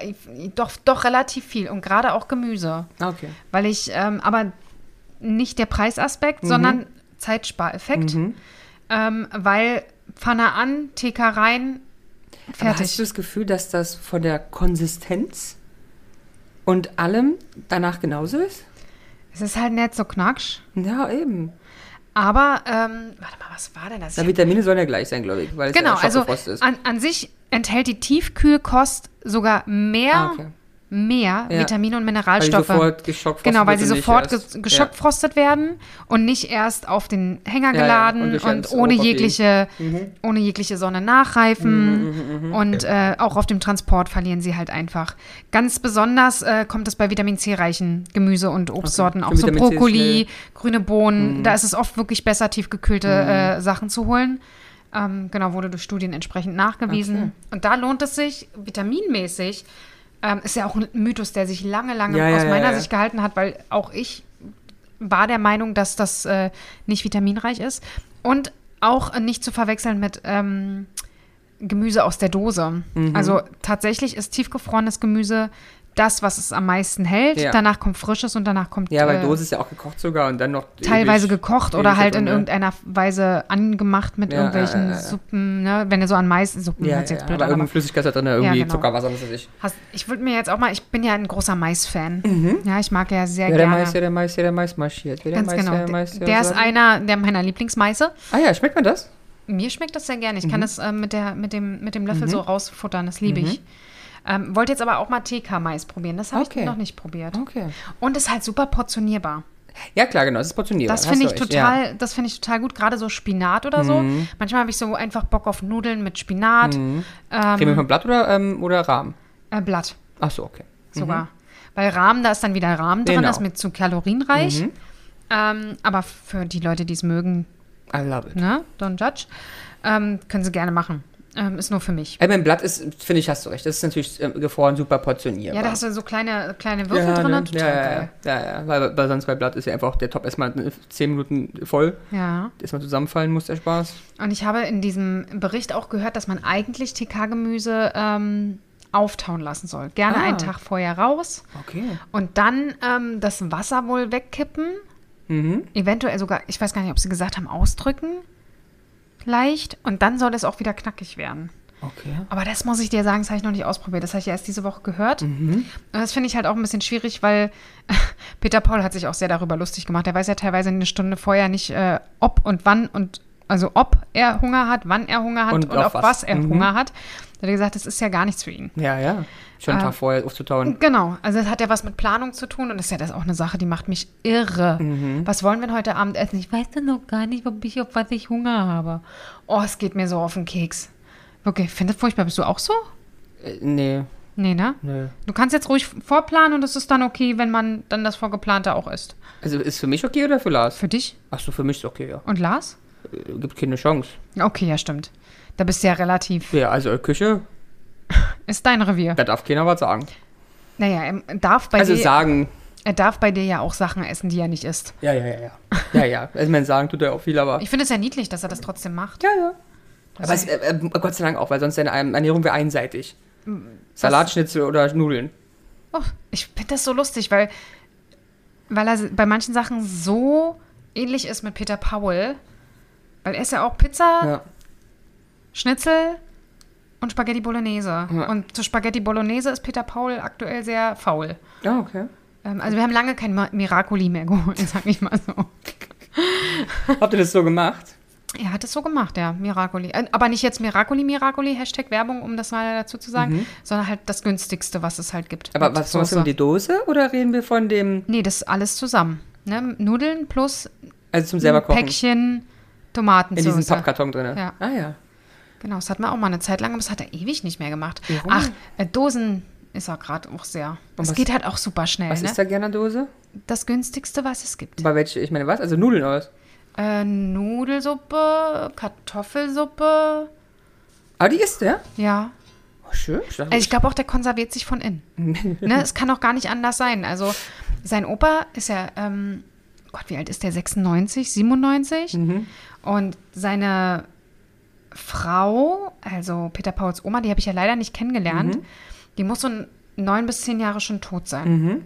A: doch, doch relativ viel und gerade auch Gemüse.
B: Ah, okay.
A: Weil ich, ähm, aber nicht der
B: Mhm.
A: Preisaspekt, sondern Zeitspareffekt. Ähm, weil Pfanne an, TK rein,
B: Aber hast du
A: fertig.
B: das Gefühl, dass das von der Konsistenz und allem danach genauso ist?
A: Es ist halt nicht so knacksch.
B: Ja, eben.
A: Aber, ähm, warte mal, was war denn das?
B: Na, Vitamine sollen ja gleich sein, glaube ich, weil
A: genau,
B: es ja
A: also
B: Schokofrost ist.
A: an, an sich enthält die Tiefkühlkost sogar mehr,
B: Ah, okay.
A: mehr
B: Ja.
A: Vitamine und
B: weil die
A: Mineralstoffe.
B: sofort geschockfrostet
A: Genau,
B: wird
A: weil sie
B: und nicht
A: sofort
B: erst-
A: ge geschockfrostet werden und nicht erst auf den Hänger
B: Ja, ja, und
A: geladen
B: durch
A: und,
B: ganz Europa
A: ohne
B: Mhm. fliegen.
A: jegliche, ohne jegliche Sonne
B: Mhm,
A: nachreifen. und äh, auch auf dem Transport verlieren sie halt einfach. Ganz besonders äh, kommt es bei Vitamin C-reichen Gemüse und Obstsorten,
B: Okay.
A: auch
B: Für
A: so
B: Vitamin C ist Mhm.
A: Brokkoli, grüne Bohnen. Da ist es oft wirklich besser, tiefgekühlte äh, Sachen zu holen. Ähm, genau, wurde durch Studien entsprechend nachgewiesen. Und da lohnt es sich, vitaminmäßig, ähm, ist ja auch ein Mythos, der sich lange, lange
B: Ja, ja,
A: aus
B: ja,
A: meiner
B: ja.
A: Sicht gehalten hat, weil auch ich war der Meinung, dass das äh, nicht vitaminreich ist. Und auch äh, nicht zu verwechseln mit ähm, Gemüse aus der Dose.
B: Mhm.
A: Also tatsächlich ist tiefgefrorenes Gemüse das, was es am meisten hält.
B: Ja.
A: Danach kommt frisches und danach kommt
B: Ja, weil
A: äh,
B: Dose ist ja auch gekocht sogar und dann noch
A: teilweise
B: ewig-
A: gekocht
B: ewig
A: oder
B: da
A: halt in
B: drin, ne?
A: irgendeiner Weise angemacht mit
B: Ja,
A: irgendwelchen
B: ja, ja, ja.
A: Suppen. Ne? Wenn du so an Mais, Suppen
B: Ja,
A: hört sich
B: ja,
A: jetzt
B: aber
A: blöd an,
B: irgendeine
A: aber
B: Flüssigkeit da drin, irgendwie
A: genau.
B: Zuckerwasser, was weiß ich.
A: hast, ich würde mir jetzt auch mal, ich bin ja ein großer Mais-Fan. Ja, ich mag ja sehr
B: Mhm. Ja, der
A: gerne.
B: Mais, ja, der Mais, ja, der Mais marschiert. Ja, der
A: Ganz
B: Mais,
A: genau.
B: ja, der Mais, ja,
A: der ist
B: so.
A: einer der meiner Lieblingsmeiße.
B: Ah ja, schmeckt man das?
A: Mir schmeckt das sehr gerne. Ich
B: Mhm.
A: kann das ähm, mit, der, mit, dem, mit dem Löffel so rausfuttern. Das liebe ich. Ähm, wollte jetzt aber auch mal TK-Mais probieren. Das habe
B: Mhm. Okay.
A: ich noch nicht probiert.
B: Okay.
A: Und ist halt super portionierbar.
B: Ja, klar, genau, es ist portionierbar.
A: Das
B: hast
A: finde
B: du Mhm.
A: ich
B: recht,
A: total, das finde ich total gut. Gerade so Spinat oder so. Manchmal habe ich so einfach Bock auf Nudeln mit Spinat,
B: Mhm. Ja. Creme von Blatt oder, ähm, oder Rahm?
A: äh, Blatt
B: Ach so, okay.
A: sogar. Weil Rahmen, da ist dann wieder Rahmen drin,
B: Mhm. Genau. Mhm.
A: das ist mir zu kalorienreich. Ähm, aber für die Leute, die es mögen,
B: I love it.
A: ne, don't judge, ähm, können sie gerne machen. Ähm, ist nur für mich.
B: Ey, Äh, mein Blatt ist, finde ich, hast du recht. Das ist natürlich ähm, gefroren, super portionierbar.
A: Ja, da hast du so kleine, kleine Würfel
B: Äh, ja,
A: drin.
B: ne?
A: Total
B: ja, ja,
A: geil.
B: ja, ja, weil, weil sonst bei Blatt ist ja einfach der Top erstmal 10 Minuten voll,
A: Ja.
B: dass man zusammenfallen muss, der Spaß.
A: Und ich habe in diesem Bericht auch gehört, dass man eigentlich TK-Gemüse ähm, auftauen lassen soll. Gerne
B: Ah.
A: einen Tag vorher raus.
B: Okay.
A: Und dann ähm, das Wasser wohl wegkippen. Mhm. Eventuell sogar, ich weiß gar nicht, ob sie gesagt haben, ausdrücken. Leicht. Und dann soll es auch wieder knackig werden.
B: Okay.
A: Aber das muss ich dir sagen, das habe ich noch nicht ausprobiert. Das habe ich ja erst diese Woche gehört. Und das finde ich halt auch ein bisschen schwierig, weil Peter Paul hat sich auch sehr darüber lustig gemacht. Er weiß ja teilweise eine Stunde vorher nicht, äh, ob und wann und also ob er Hunger hat, wann er Hunger hat und,
B: Und auf
A: auf was,
B: was.
A: Mhm. er Hunger hat. Da hat er gesagt, das ist ja gar nichts für ihn.
B: Ja, ja. Schon
A: Ah.
B: einen Tag vorher aufzutauen.
A: Genau, also das hat ja was mit Planung zu tun und das ist ja das auch eine Sache, die macht mich irre. Was wollen wir denn heute Abend essen? Ich weiß dann noch gar nicht, ob ich auf was ich Hunger habe. Oh, es geht mir so auf den Keks. Wirklich, ich finde das furchtbar. Bist du auch so?
B: Äh, nee,
A: Nee, ne?
B: nee.
A: Du kannst jetzt ruhig vorplanen und es ist dann okay, wenn man dann das Vorgeplante auch isst.
B: Also ist für mich okay oder für Lars?
A: Für dich
B: Ach so, für mich ist okay, ja.
A: und Lars?
B: Äh, Gibt keine Chance.
A: Okay, ja, stimmt. Da bist du ja relativ.
B: Ja, also äh, Küche,
A: Ist dein Revier.
B: da darf keiner was sagen.
A: Naja, er darf bei,
B: also
A: dir,
B: sagen.
A: er darf bei dir ja auch Sachen essen, die er nicht isst.
B: Ja, ja, ja, ja. Ja, ja. Also mein Sagen tut er auch viel, aber.
A: Ich finde es ja niedlich, dass er das trotzdem macht.
B: Ja, ja. Aber es, äh, äh, Gott sei Dank auch, weil sonst deine ähm, Ernährung wäre einseitig.
A: Mm,
B: Salatschnitzel oder Nudeln.
A: Oh, ich finde das so lustig, weil, weil er bei manchen Sachen so ähnlich ist mit Peter Powell. Weil er ist ja auch Pizza,
B: Ja.
A: Schnitzel und Spaghetti Bolognese.
B: Ja.
A: Und zu Spaghetti Bolognese ist Peter Paul aktuell sehr faul.
B: Ah, okay.
A: Ähm, also wir haben lange kein Ma- Miracoli mehr geholt, sag ich mal so.
B: Habt ihr das so gemacht?
A: Er hat es so gemacht, ja, Miracoli. Äh, Aber nicht jetzt Miracoli, Miracoli, Hashtag Werbung, um das mal dazu zu sagen, sondern halt das günstigste, was es halt gibt.
B: Mhm. Aber
A: mit
B: was was um die Dose oder reden wir von dem,
A: Nee, das ist alles zusammen. Ne? Nudeln plus
B: also zum selber
A: ein
B: kochen?
A: Päckchen
B: in diesem
A: Tomatensauce.
B: Pappkarton drin.
A: Ja.
B: Ah ja.
A: Genau, das hatten wir auch mal eine Zeit lang, aber das hat er ewig nicht mehr gemacht. Ach, äh, Dosen ist er gerade auch sehr. Es
B: was-
A: geht halt auch super schnell,
B: Was
A: ne?
B: ist da gerne Dose?
A: das günstigste, was es gibt.
B: Bei welche, ich meine, was? Also Nudeln aus.
A: Äh, Nudelsuppe, Kartoffelsuppe,
B: Aber Ah, die isst der?
A: ja.
B: Oh, schön. Ich dachte,
A: Also ich glaube auch, der konserviert sich von innen. ne, es kann auch gar nicht anders sein. Also sein Opa ist ja, ähm, Gott, wie alt ist der? 96, 97?
B: Mhm.
A: Und seine Frau, also Peter Pauls Oma, die habe ich ja leider nicht kennengelernt,
B: Mhm.
A: die muss so n- neun bis zehn Jahre schon tot sein.
B: Mhm.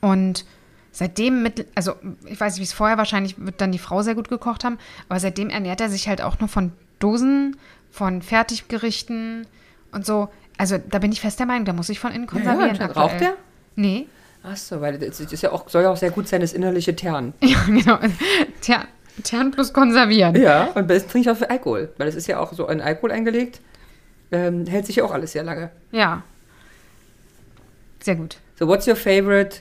A: Und seitdem, mit, also ich weiß nicht, wie es vorher wahrscheinlich wird dann die Frau sehr gut gekocht haben, aber seitdem ernährt er sich halt auch nur von Dosen, von Fertiggerichten und so. Also da bin ich fest der Meinung, da muss ich von innen
B: ja,
A: konservieren.
B: klar.
A: aktuell.
B: Raucht der?
A: Nee.
B: Ach so, weil das ist ja auch, soll ja auch sehr gut sein, das innerliche Tern.
A: Ja, genau. Tja, Tern plus konservieren.
B: Ja, und am besten trinke ich auch viel Alkohol, weil es ist ja auch so in Alkohol eingelegt. Ähm, hält sich ja auch alles sehr lange.
A: Ja. Sehr gut.
B: So, what's your favorite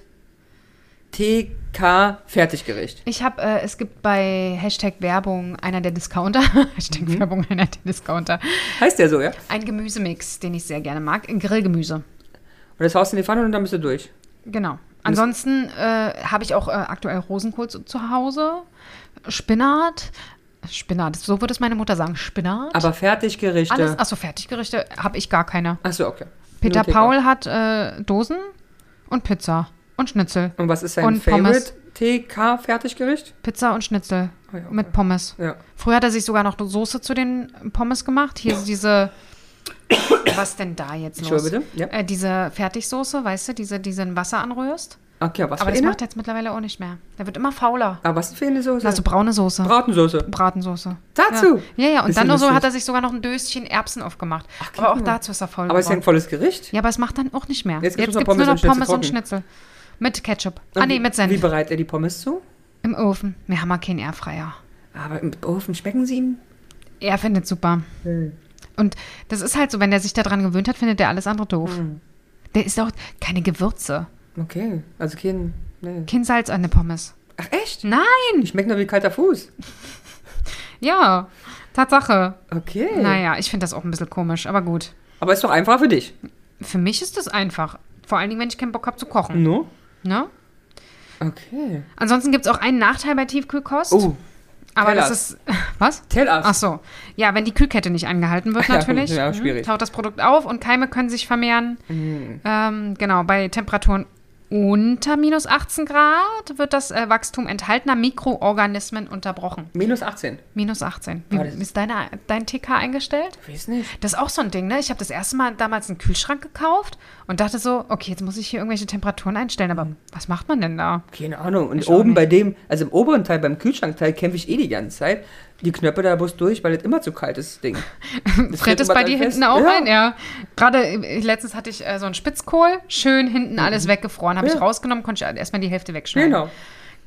B: TK-Fertiggericht?
A: Ich habe, äh, es gibt bei Hashtag Werbung einer der Discounter, Hashtag
B: Mhm.
A: Werbung einer der Discounter,
B: Heißt der so, ja?
A: ein Gemüsemix, den ich sehr gerne mag. Ein Grillgemüse.
B: Und das haust du in die Pfanne und dann bist du durch.
A: Genau. Ansonsten äh, habe ich auch äh, aktuell Rosenkohl zu, zu Hause, Spinat. Spinat, so würde es meine Mutter sagen. Spinat.
B: Aber Fertiggerichte.
A: Alles, achso, Fertiggerichte habe ich gar keine.
B: Achso, okay.
A: Peter
B: Nur TK.
A: Paul hat äh, Dosen und Pizza und Schnitzel.
B: Und was ist sein
A: und Pommes.
B: Favorite TK-Fertiggericht?
A: Pizza und Schnitzel
B: Ah ja, okay.
A: mit Pommes.
B: Ja.
A: Früher hat er sich sogar noch eine Soße zu den Pommes gemacht. Hier ist diese. Was denn da jetzt los?
B: Entschuldigung, bitte? Ja.
A: Äh, diese Fertigsoße, weißt du, diese, die sie in Wasser anrührst.
B: Okay, was
A: Aber
B: für
A: das
B: eine?
A: macht er jetzt mittlerweile auch nicht mehr. Der wird immer fauler.
B: Aber was für eine Soße?
A: Also braune Soße.
B: Bratensoße.
A: Bratensoße.
B: Dazu?
A: Ja, ja, ja. und
B: Ist
A: dann
B: ja
A: noch so
B: lustig.
A: hat er sich sogar noch ein Döschen Erbsen aufgemacht. aber auch dazu ist er voll
B: Aber ist ja ein
A: geworden.
B: volles Gericht.
A: Ja, aber es macht dann auch nicht mehr.
B: Jetzt
A: Jetzt,
B: gibt's
A: gibt's
B: nur noch
A: nur noch
B: Pommes und
A: Pommes und Schnitzel. Mit Ketchup. Ah,
B: Und
A: nee,
B: wie-
A: mit
B: Wie
A: Senf.
B: bereitet er die Pommes zu?
A: Im Ofen. Wir haben ja keinen Airfreier.
B: Aber im Ofen schmecken sie ihm?
A: Er findet super. Und das ist halt so, wenn er sich daran gewöhnt hat, findet er alles andere doof. Der ist auch keine Gewürze.
B: Okay, also kein... Nee.
A: Kein Salz an der Pommes.
B: Ach echt?
A: Nein!
B: Die schmecken doch wie kalter Fuß.
A: Ja, Tatsache.
B: Okay.
A: Naja, ich finde das auch ein bisschen komisch, aber gut.
B: Aber ist doch einfach für dich.
A: Für mich ist das einfach. Vor allen Dingen, wenn ich keinen Bock habe zu kochen.
B: No?
A: Ne?
B: Okay.
A: Ansonsten gibt es auch einen Nachteil bei Tiefkühlkost.
B: Oh,
A: aber das
B: Tellers.
A: ist. Was?
B: tell us.
A: Ach so. Ja, wenn die Kühlkette nicht angehalten wird,
B: Ja,
A: natürlich.
B: ja,
A: mhm,
B: schwierig. Mhm.
A: Taut das Produkt auf und Keime können sich vermehren. Ähm, genau, bei Temperaturen unter minus 18 Grad wird das äh, Wachstum enthaltener Mikroorganismen unterbrochen.
B: Minus 18.
A: Minus 18. Wie,
B: Ah, das-
A: ist deine, dein TK eingestellt?
B: Weiß nicht.
A: Das ist auch so ein Ding, ne? Ich habe das erste Mal damals einen Kühlschrank gekauft und dachte so, okay, jetzt muss ich hier irgendwelche Temperaturen einstellen,
B: Mhm.
A: aber was macht man denn da?
B: Keine Ahnung. Und
A: Ich auch
B: oben
A: nicht.
B: bei dem, also im oberen Teil, beim Kühlschrankteil, kämpfe ich eh die ganze Zeit. Die Knöpfe da bloß durch, weil das immer zu kalt ist, das Ding. Das
A: Tritt es
B: immer
A: bei
B: dann
A: dir
B: fest.
A: hinten auch
B: ja.
A: ein? Ja. Gerade äh, letztens hatte ich äh, so einen Spitzkohl, schön hinten alles weggefroren. Habe
B: Mhm. Ja.
A: ich rausgenommen, konnte ich erstmal die Hälfte wegschneiden.
B: Genau.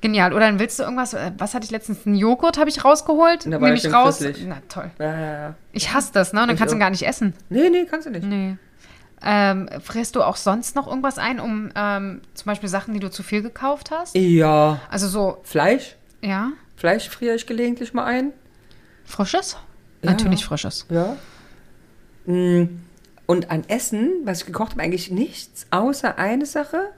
A: Genial. Oder dann willst du irgendwas, äh, was hatte ich letztens? Einen Joghurt habe ich rausgeholt,
B: Da war
A: nehme
B: ich
A: ich
B: schon
A: raus.
B: christlich.
A: Na toll.
B: Ja, ja, ja.
A: Ich hasse das, ne? Und dann
B: Ich
A: kannst du ihn
B: auch.
A: gar nicht essen.
B: Nee, nee, kannst du nicht.
A: Nee. Ähm, frisst du auch sonst noch irgendwas ein, um ähm, zum Beispiel Sachen, die du zu viel gekauft hast?
B: Ja.
A: Also so,
B: Fleisch?
A: ja,
B: Fleisch friere ich gelegentlich mal ein.
A: frisches?
B: Ja.
A: Natürlich frisches.
B: Ja. Mm, Und an Essen, was ich gekocht habe, eigentlich nichts, außer eine Sache.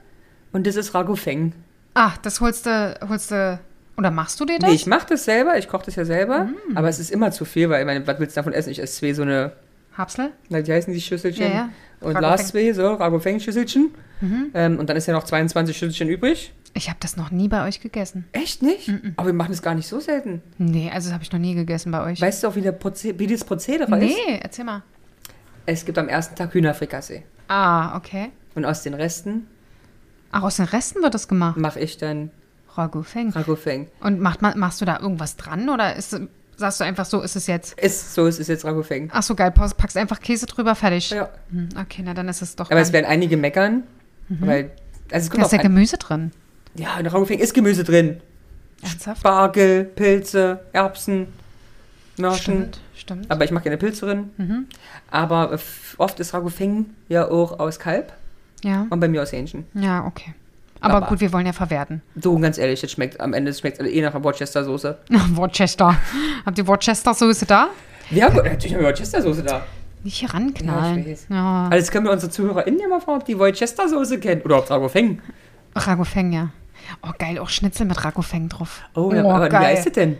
B: Und das ist Ragu Feng.
A: Ah, das holst du, holst du, oder machst du dir das? Mm.
B: Nee, ich mache das selber, ich koche das ja selber. Aber es ist immer zu viel, weil, ich meine, was willst du davon essen? Ich esse zwei so eine,
A: Hapsel?
B: na, die heißen die Schüsselchen.
A: Ja, ja.
B: Und
A: Ragu
B: Lars zwei, so Ragu Feng Schüsselchen. Ähm, und dann ist ja noch 22 Schüsselchen übrig.
A: Ich habe das noch nie bei euch gegessen.
B: Echt nicht? Aber wir machen das gar nicht so selten.
A: Nee, also das habe ich noch nie gegessen bei euch.
B: Weißt du auch, wie, der Proze wie das Prozedere ist?
A: nee, erzähl mal.
B: Es gibt am ersten Tag Hühnerfrikassee.
A: Ah, okay.
B: Und aus den Resten
A: Ach, aus den Resten wird das gemacht.
B: mache ich dann
A: Ragu Feng.
B: Ragu Feng.
A: Und macht man, machst du da irgendwas dran oder ist, sagst du einfach so, ist es jetzt?
B: Ist, so es ist jetzt Ragu Feng.
A: Ach so, geil, paus- packst einfach Käse drüber, fertig.
B: Ja.
A: Hm, okay, na dann ist es doch.
B: Aber es
A: dann-
B: werden einige meckern, weil. Also es
A: da
B: kommt
A: ist ja
B: auch an.
A: Gemüse drin.
B: Ja, in Ragu Feng ist Gemüse drin.
A: Ernsthaft?
B: Spargel, Pilze, Erbsen, Nörschen.
A: Stimmt, stimmt.
B: Aber ich mag gerne Pilze drin.
A: Mhm.
B: Aber äh, f- oft ist Ragu Feng ja auch aus Kalb
A: Ja,
B: und bei mir aus Hähnchen.
A: ja, okay. Aber,
B: Aber-
A: gut, wir wollen ja verwerten.
B: So, ganz ehrlich, das schmeckt am Ende das schmeckt eh nach Worcester-Soße.
A: Worcester. Habt ihr Worcester-Soße da?
B: Wir haben
A: Äh,
B: natürlich haben wir Worcester-Soße da.
A: Nicht hier
B: Ja, ich
A: ranknallen.
B: weiß.
A: Ja,
B: Also, das können wir unsere ZuhörerInnen ja mal fragen, ob die Worcester-Soße kennen. Oder ob Ragu Feng.
A: Ragofeng, ja. Oh, geil, auch Schnitzel mit Ragofeng drauf.
B: Oh, ja, aber wie heißt das denn?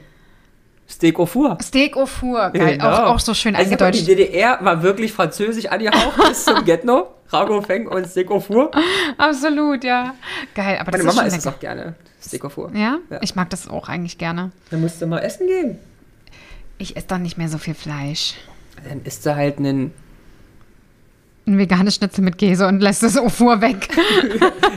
B: Steak au four.
A: Steak au four, geil.
B: Genau.
A: Auch, auch so schön
B: also
A: eingedeutscht.
B: Die DDR war wirklich französisch angehaucht bis zum Getno. Rago Feng und Steak au four.
A: Absolut, ja. Geil, aber das
B: Meine
A: ist
B: Mama
A: schon
B: isst es
A: lecker.
B: auch gerne. Steak au four.
A: Ja?
B: Ja.
A: ich mag das auch eigentlich gerne.
B: Dann musst du mal essen gehen.
A: Ich esse dann nicht mehr so viel Fleisch.
B: Dann isst du halt einen.
A: Ein veganes Schnitzel mit Käse und lässt das au four weg.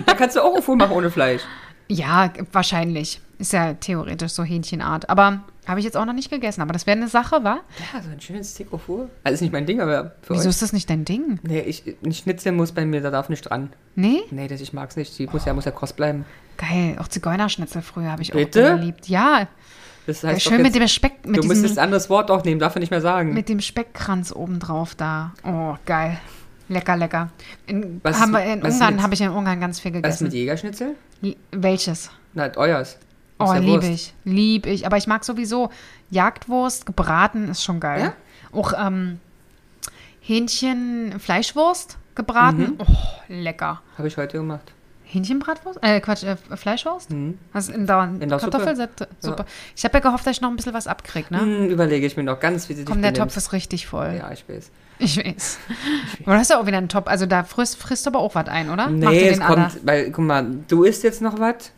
B: Da kannst du auch au four machen ohne Fleisch.
A: ja, wahrscheinlich. Ist ja theoretisch so Hähnchenart. Aber habe ich jetzt auch noch nicht gegessen. Aber das wäre eine Sache, wa?
B: Ja, so ein schönes Steak au four. Also ist nicht mein Ding, aber für
A: Wieso
B: euch.
A: ist das nicht dein Ding?
B: Nee, ich, ein Schnitzel muss bei mir, da darf nicht dran.
A: Nee?
B: Nee, das, ich mag's nicht. Die muss ja, muss ja kross bleiben.
A: Geil. Auch Zigeunerschnitzel früher habe ich
B: Bitte?
A: auch geliebt. Ja.
B: Das
A: Ja,
B: heißt doch
A: schön mit
B: jetzt,
A: dem Speck, mit
B: du müsstest
A: diesem,
B: ein anderes Wort auch nehmen, darf er nicht mehr sagen.
A: mit dem Speckkranz obendrauf da. Oh, geil. Lecker, lecker. In,
B: Was ist
A: haben wir
B: mit-
A: in
B: was ist
A: Ungarn
B: mit-
A: habe ich in Ungarn ganz viel
B: Was ist mit
A: gegessen.
B: Jägerschnitzel?
A: L- Welches?
B: Nein, euers.
A: Oh,
B: Aus der
A: liebe
B: Wurst.
A: ich. Lieb ich. Aber ich mag sowieso Jagdwurst, gebraten ist schon geil.
B: Ja?
A: Auch ähm, Hähnchen, Fleischwurst
B: Mhm.
A: gebraten. Oh, lecker.
B: Habe ich heute gemacht.
A: Hähnchenbratwurst? Äh, Quatsch, äh, Fleischwurst? Was in der,
B: Mhm. In
A: in
B: der
A: der
B: Suppe.
A: Kartoffelsuppe? Ich habe ja gehofft, dass ich noch ein bisschen was abkrieg, ne?
B: Hm, überlege ich mir noch ganz, wie sie
A: Komm,
B: dich
A: der Topf
B: benimmt.
A: ist richtig voll.
B: Ja, ich weiß.
A: Ich weiß. Aber du hast ja auch wieder einen Topf. Also da frisst, frisst du aber auch was ein, oder? Ah, Mach
B: Nee,
A: dir
B: es
A: den Adder.
B: kommt, weil, guck mal, du isst jetzt noch was.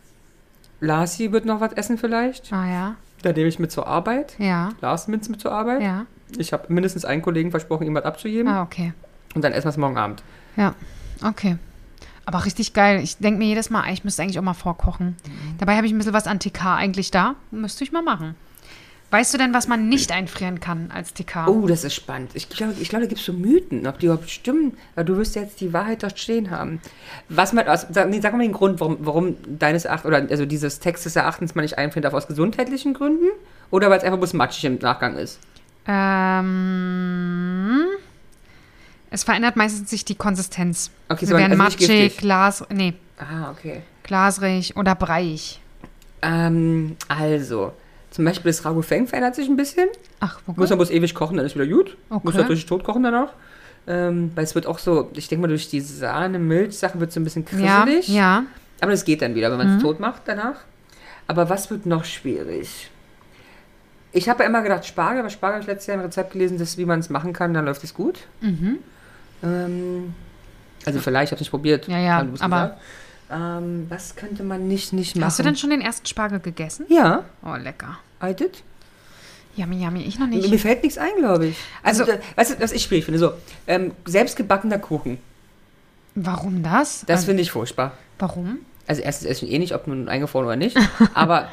B: Larsi wird noch was essen vielleicht.
A: Ah ja,
B: Dann nehme ich mit zur Arbeit.
A: ja,
B: Lars nimmt mit zur Arbeit.
A: ja.
B: Ich habe mindestens einen Kollegen versprochen, ihm was abzugeben.
A: Ah, okay.
B: Und dann essen wir es morgen Abend.
A: Ja, okay. Aber richtig geil. Ich denke mir jedes Mal, ich müsste eigentlich auch mal vorkochen.
B: Mhm.
A: Dabei habe ich ein bisschen was an TK eigentlich da. Müsste ich mal machen. Weißt du denn, was man nicht einfrieren kann als TK?
B: Oh, das ist spannend. Ich glaube, ich glaube, da gibt es so Mythen, ob die überhaupt stimmen. Aber du wirst jetzt die Wahrheit dort stehen haben. Was man, also, sag, nee, sag mal den Grund, warum, warum deines Erachtens, oder also dieses Textes Erachtens man nicht einfrieren darf, aus gesundheitlichen Gründen? Oder weil es einfach bloß matschig im Nachgang ist?
A: Ähm, es verändert meistens sich die Konsistenz.
B: Okay,
A: Okay,
B: ist
A: Sie
B: aber
A: werden
B: also nicht
A: matschig,
B: giftig.
A: glas, nee,
B: Ah, okay.
A: glasrig oder breiig.
B: Ähm, also, zum Beispiel das Ragu Feng verändert sich ein bisschen.
A: Ach, wo
B: Muss man bloß ewig kochen, dann ist wieder gut.
A: Okay.
B: Muss natürlich tot kochen danach. Ähm, weil es wird auch so, ich denke mal, durch die Sahne-Milch-Sachen wird es so ein bisschen
A: Ja,
B: krisselig.
A: ja. Mhm.
B: Aber das geht dann wieder, wenn man es tot macht danach. Aber was wird noch schwierig? Ich habe ja immer gedacht Spargel, aber Spargel habe ich letztes Jahr ein Rezept gelesen, das wie man es machen kann, dann läuft es gut.
A: Mhm.
B: Ähm, also vielleicht, ich habe es nicht probiert.
A: Ja, ja,
B: haben du's
A: aber-
B: gesagt. Ähm, was könnte man nicht, nicht machen?
A: Hast du denn schon den ersten Spargel gegessen?
B: Ja,
A: Oh, lecker.
B: I did.
A: Yummy, yummy. Ich noch
B: Mir-
A: nicht.
B: Mir fällt nichts ein, glaube ich. Also,
A: Also-
B: da- weißt du, was ich schwierig finde? So, ähm, selbstgebackener Kuchen,
A: Warum das?
B: das
A: also,
B: finde ich furchtbar.
A: warum?
B: Also erstens esse ich ihn eh nicht, ob nun eingefroren oder nicht. aber,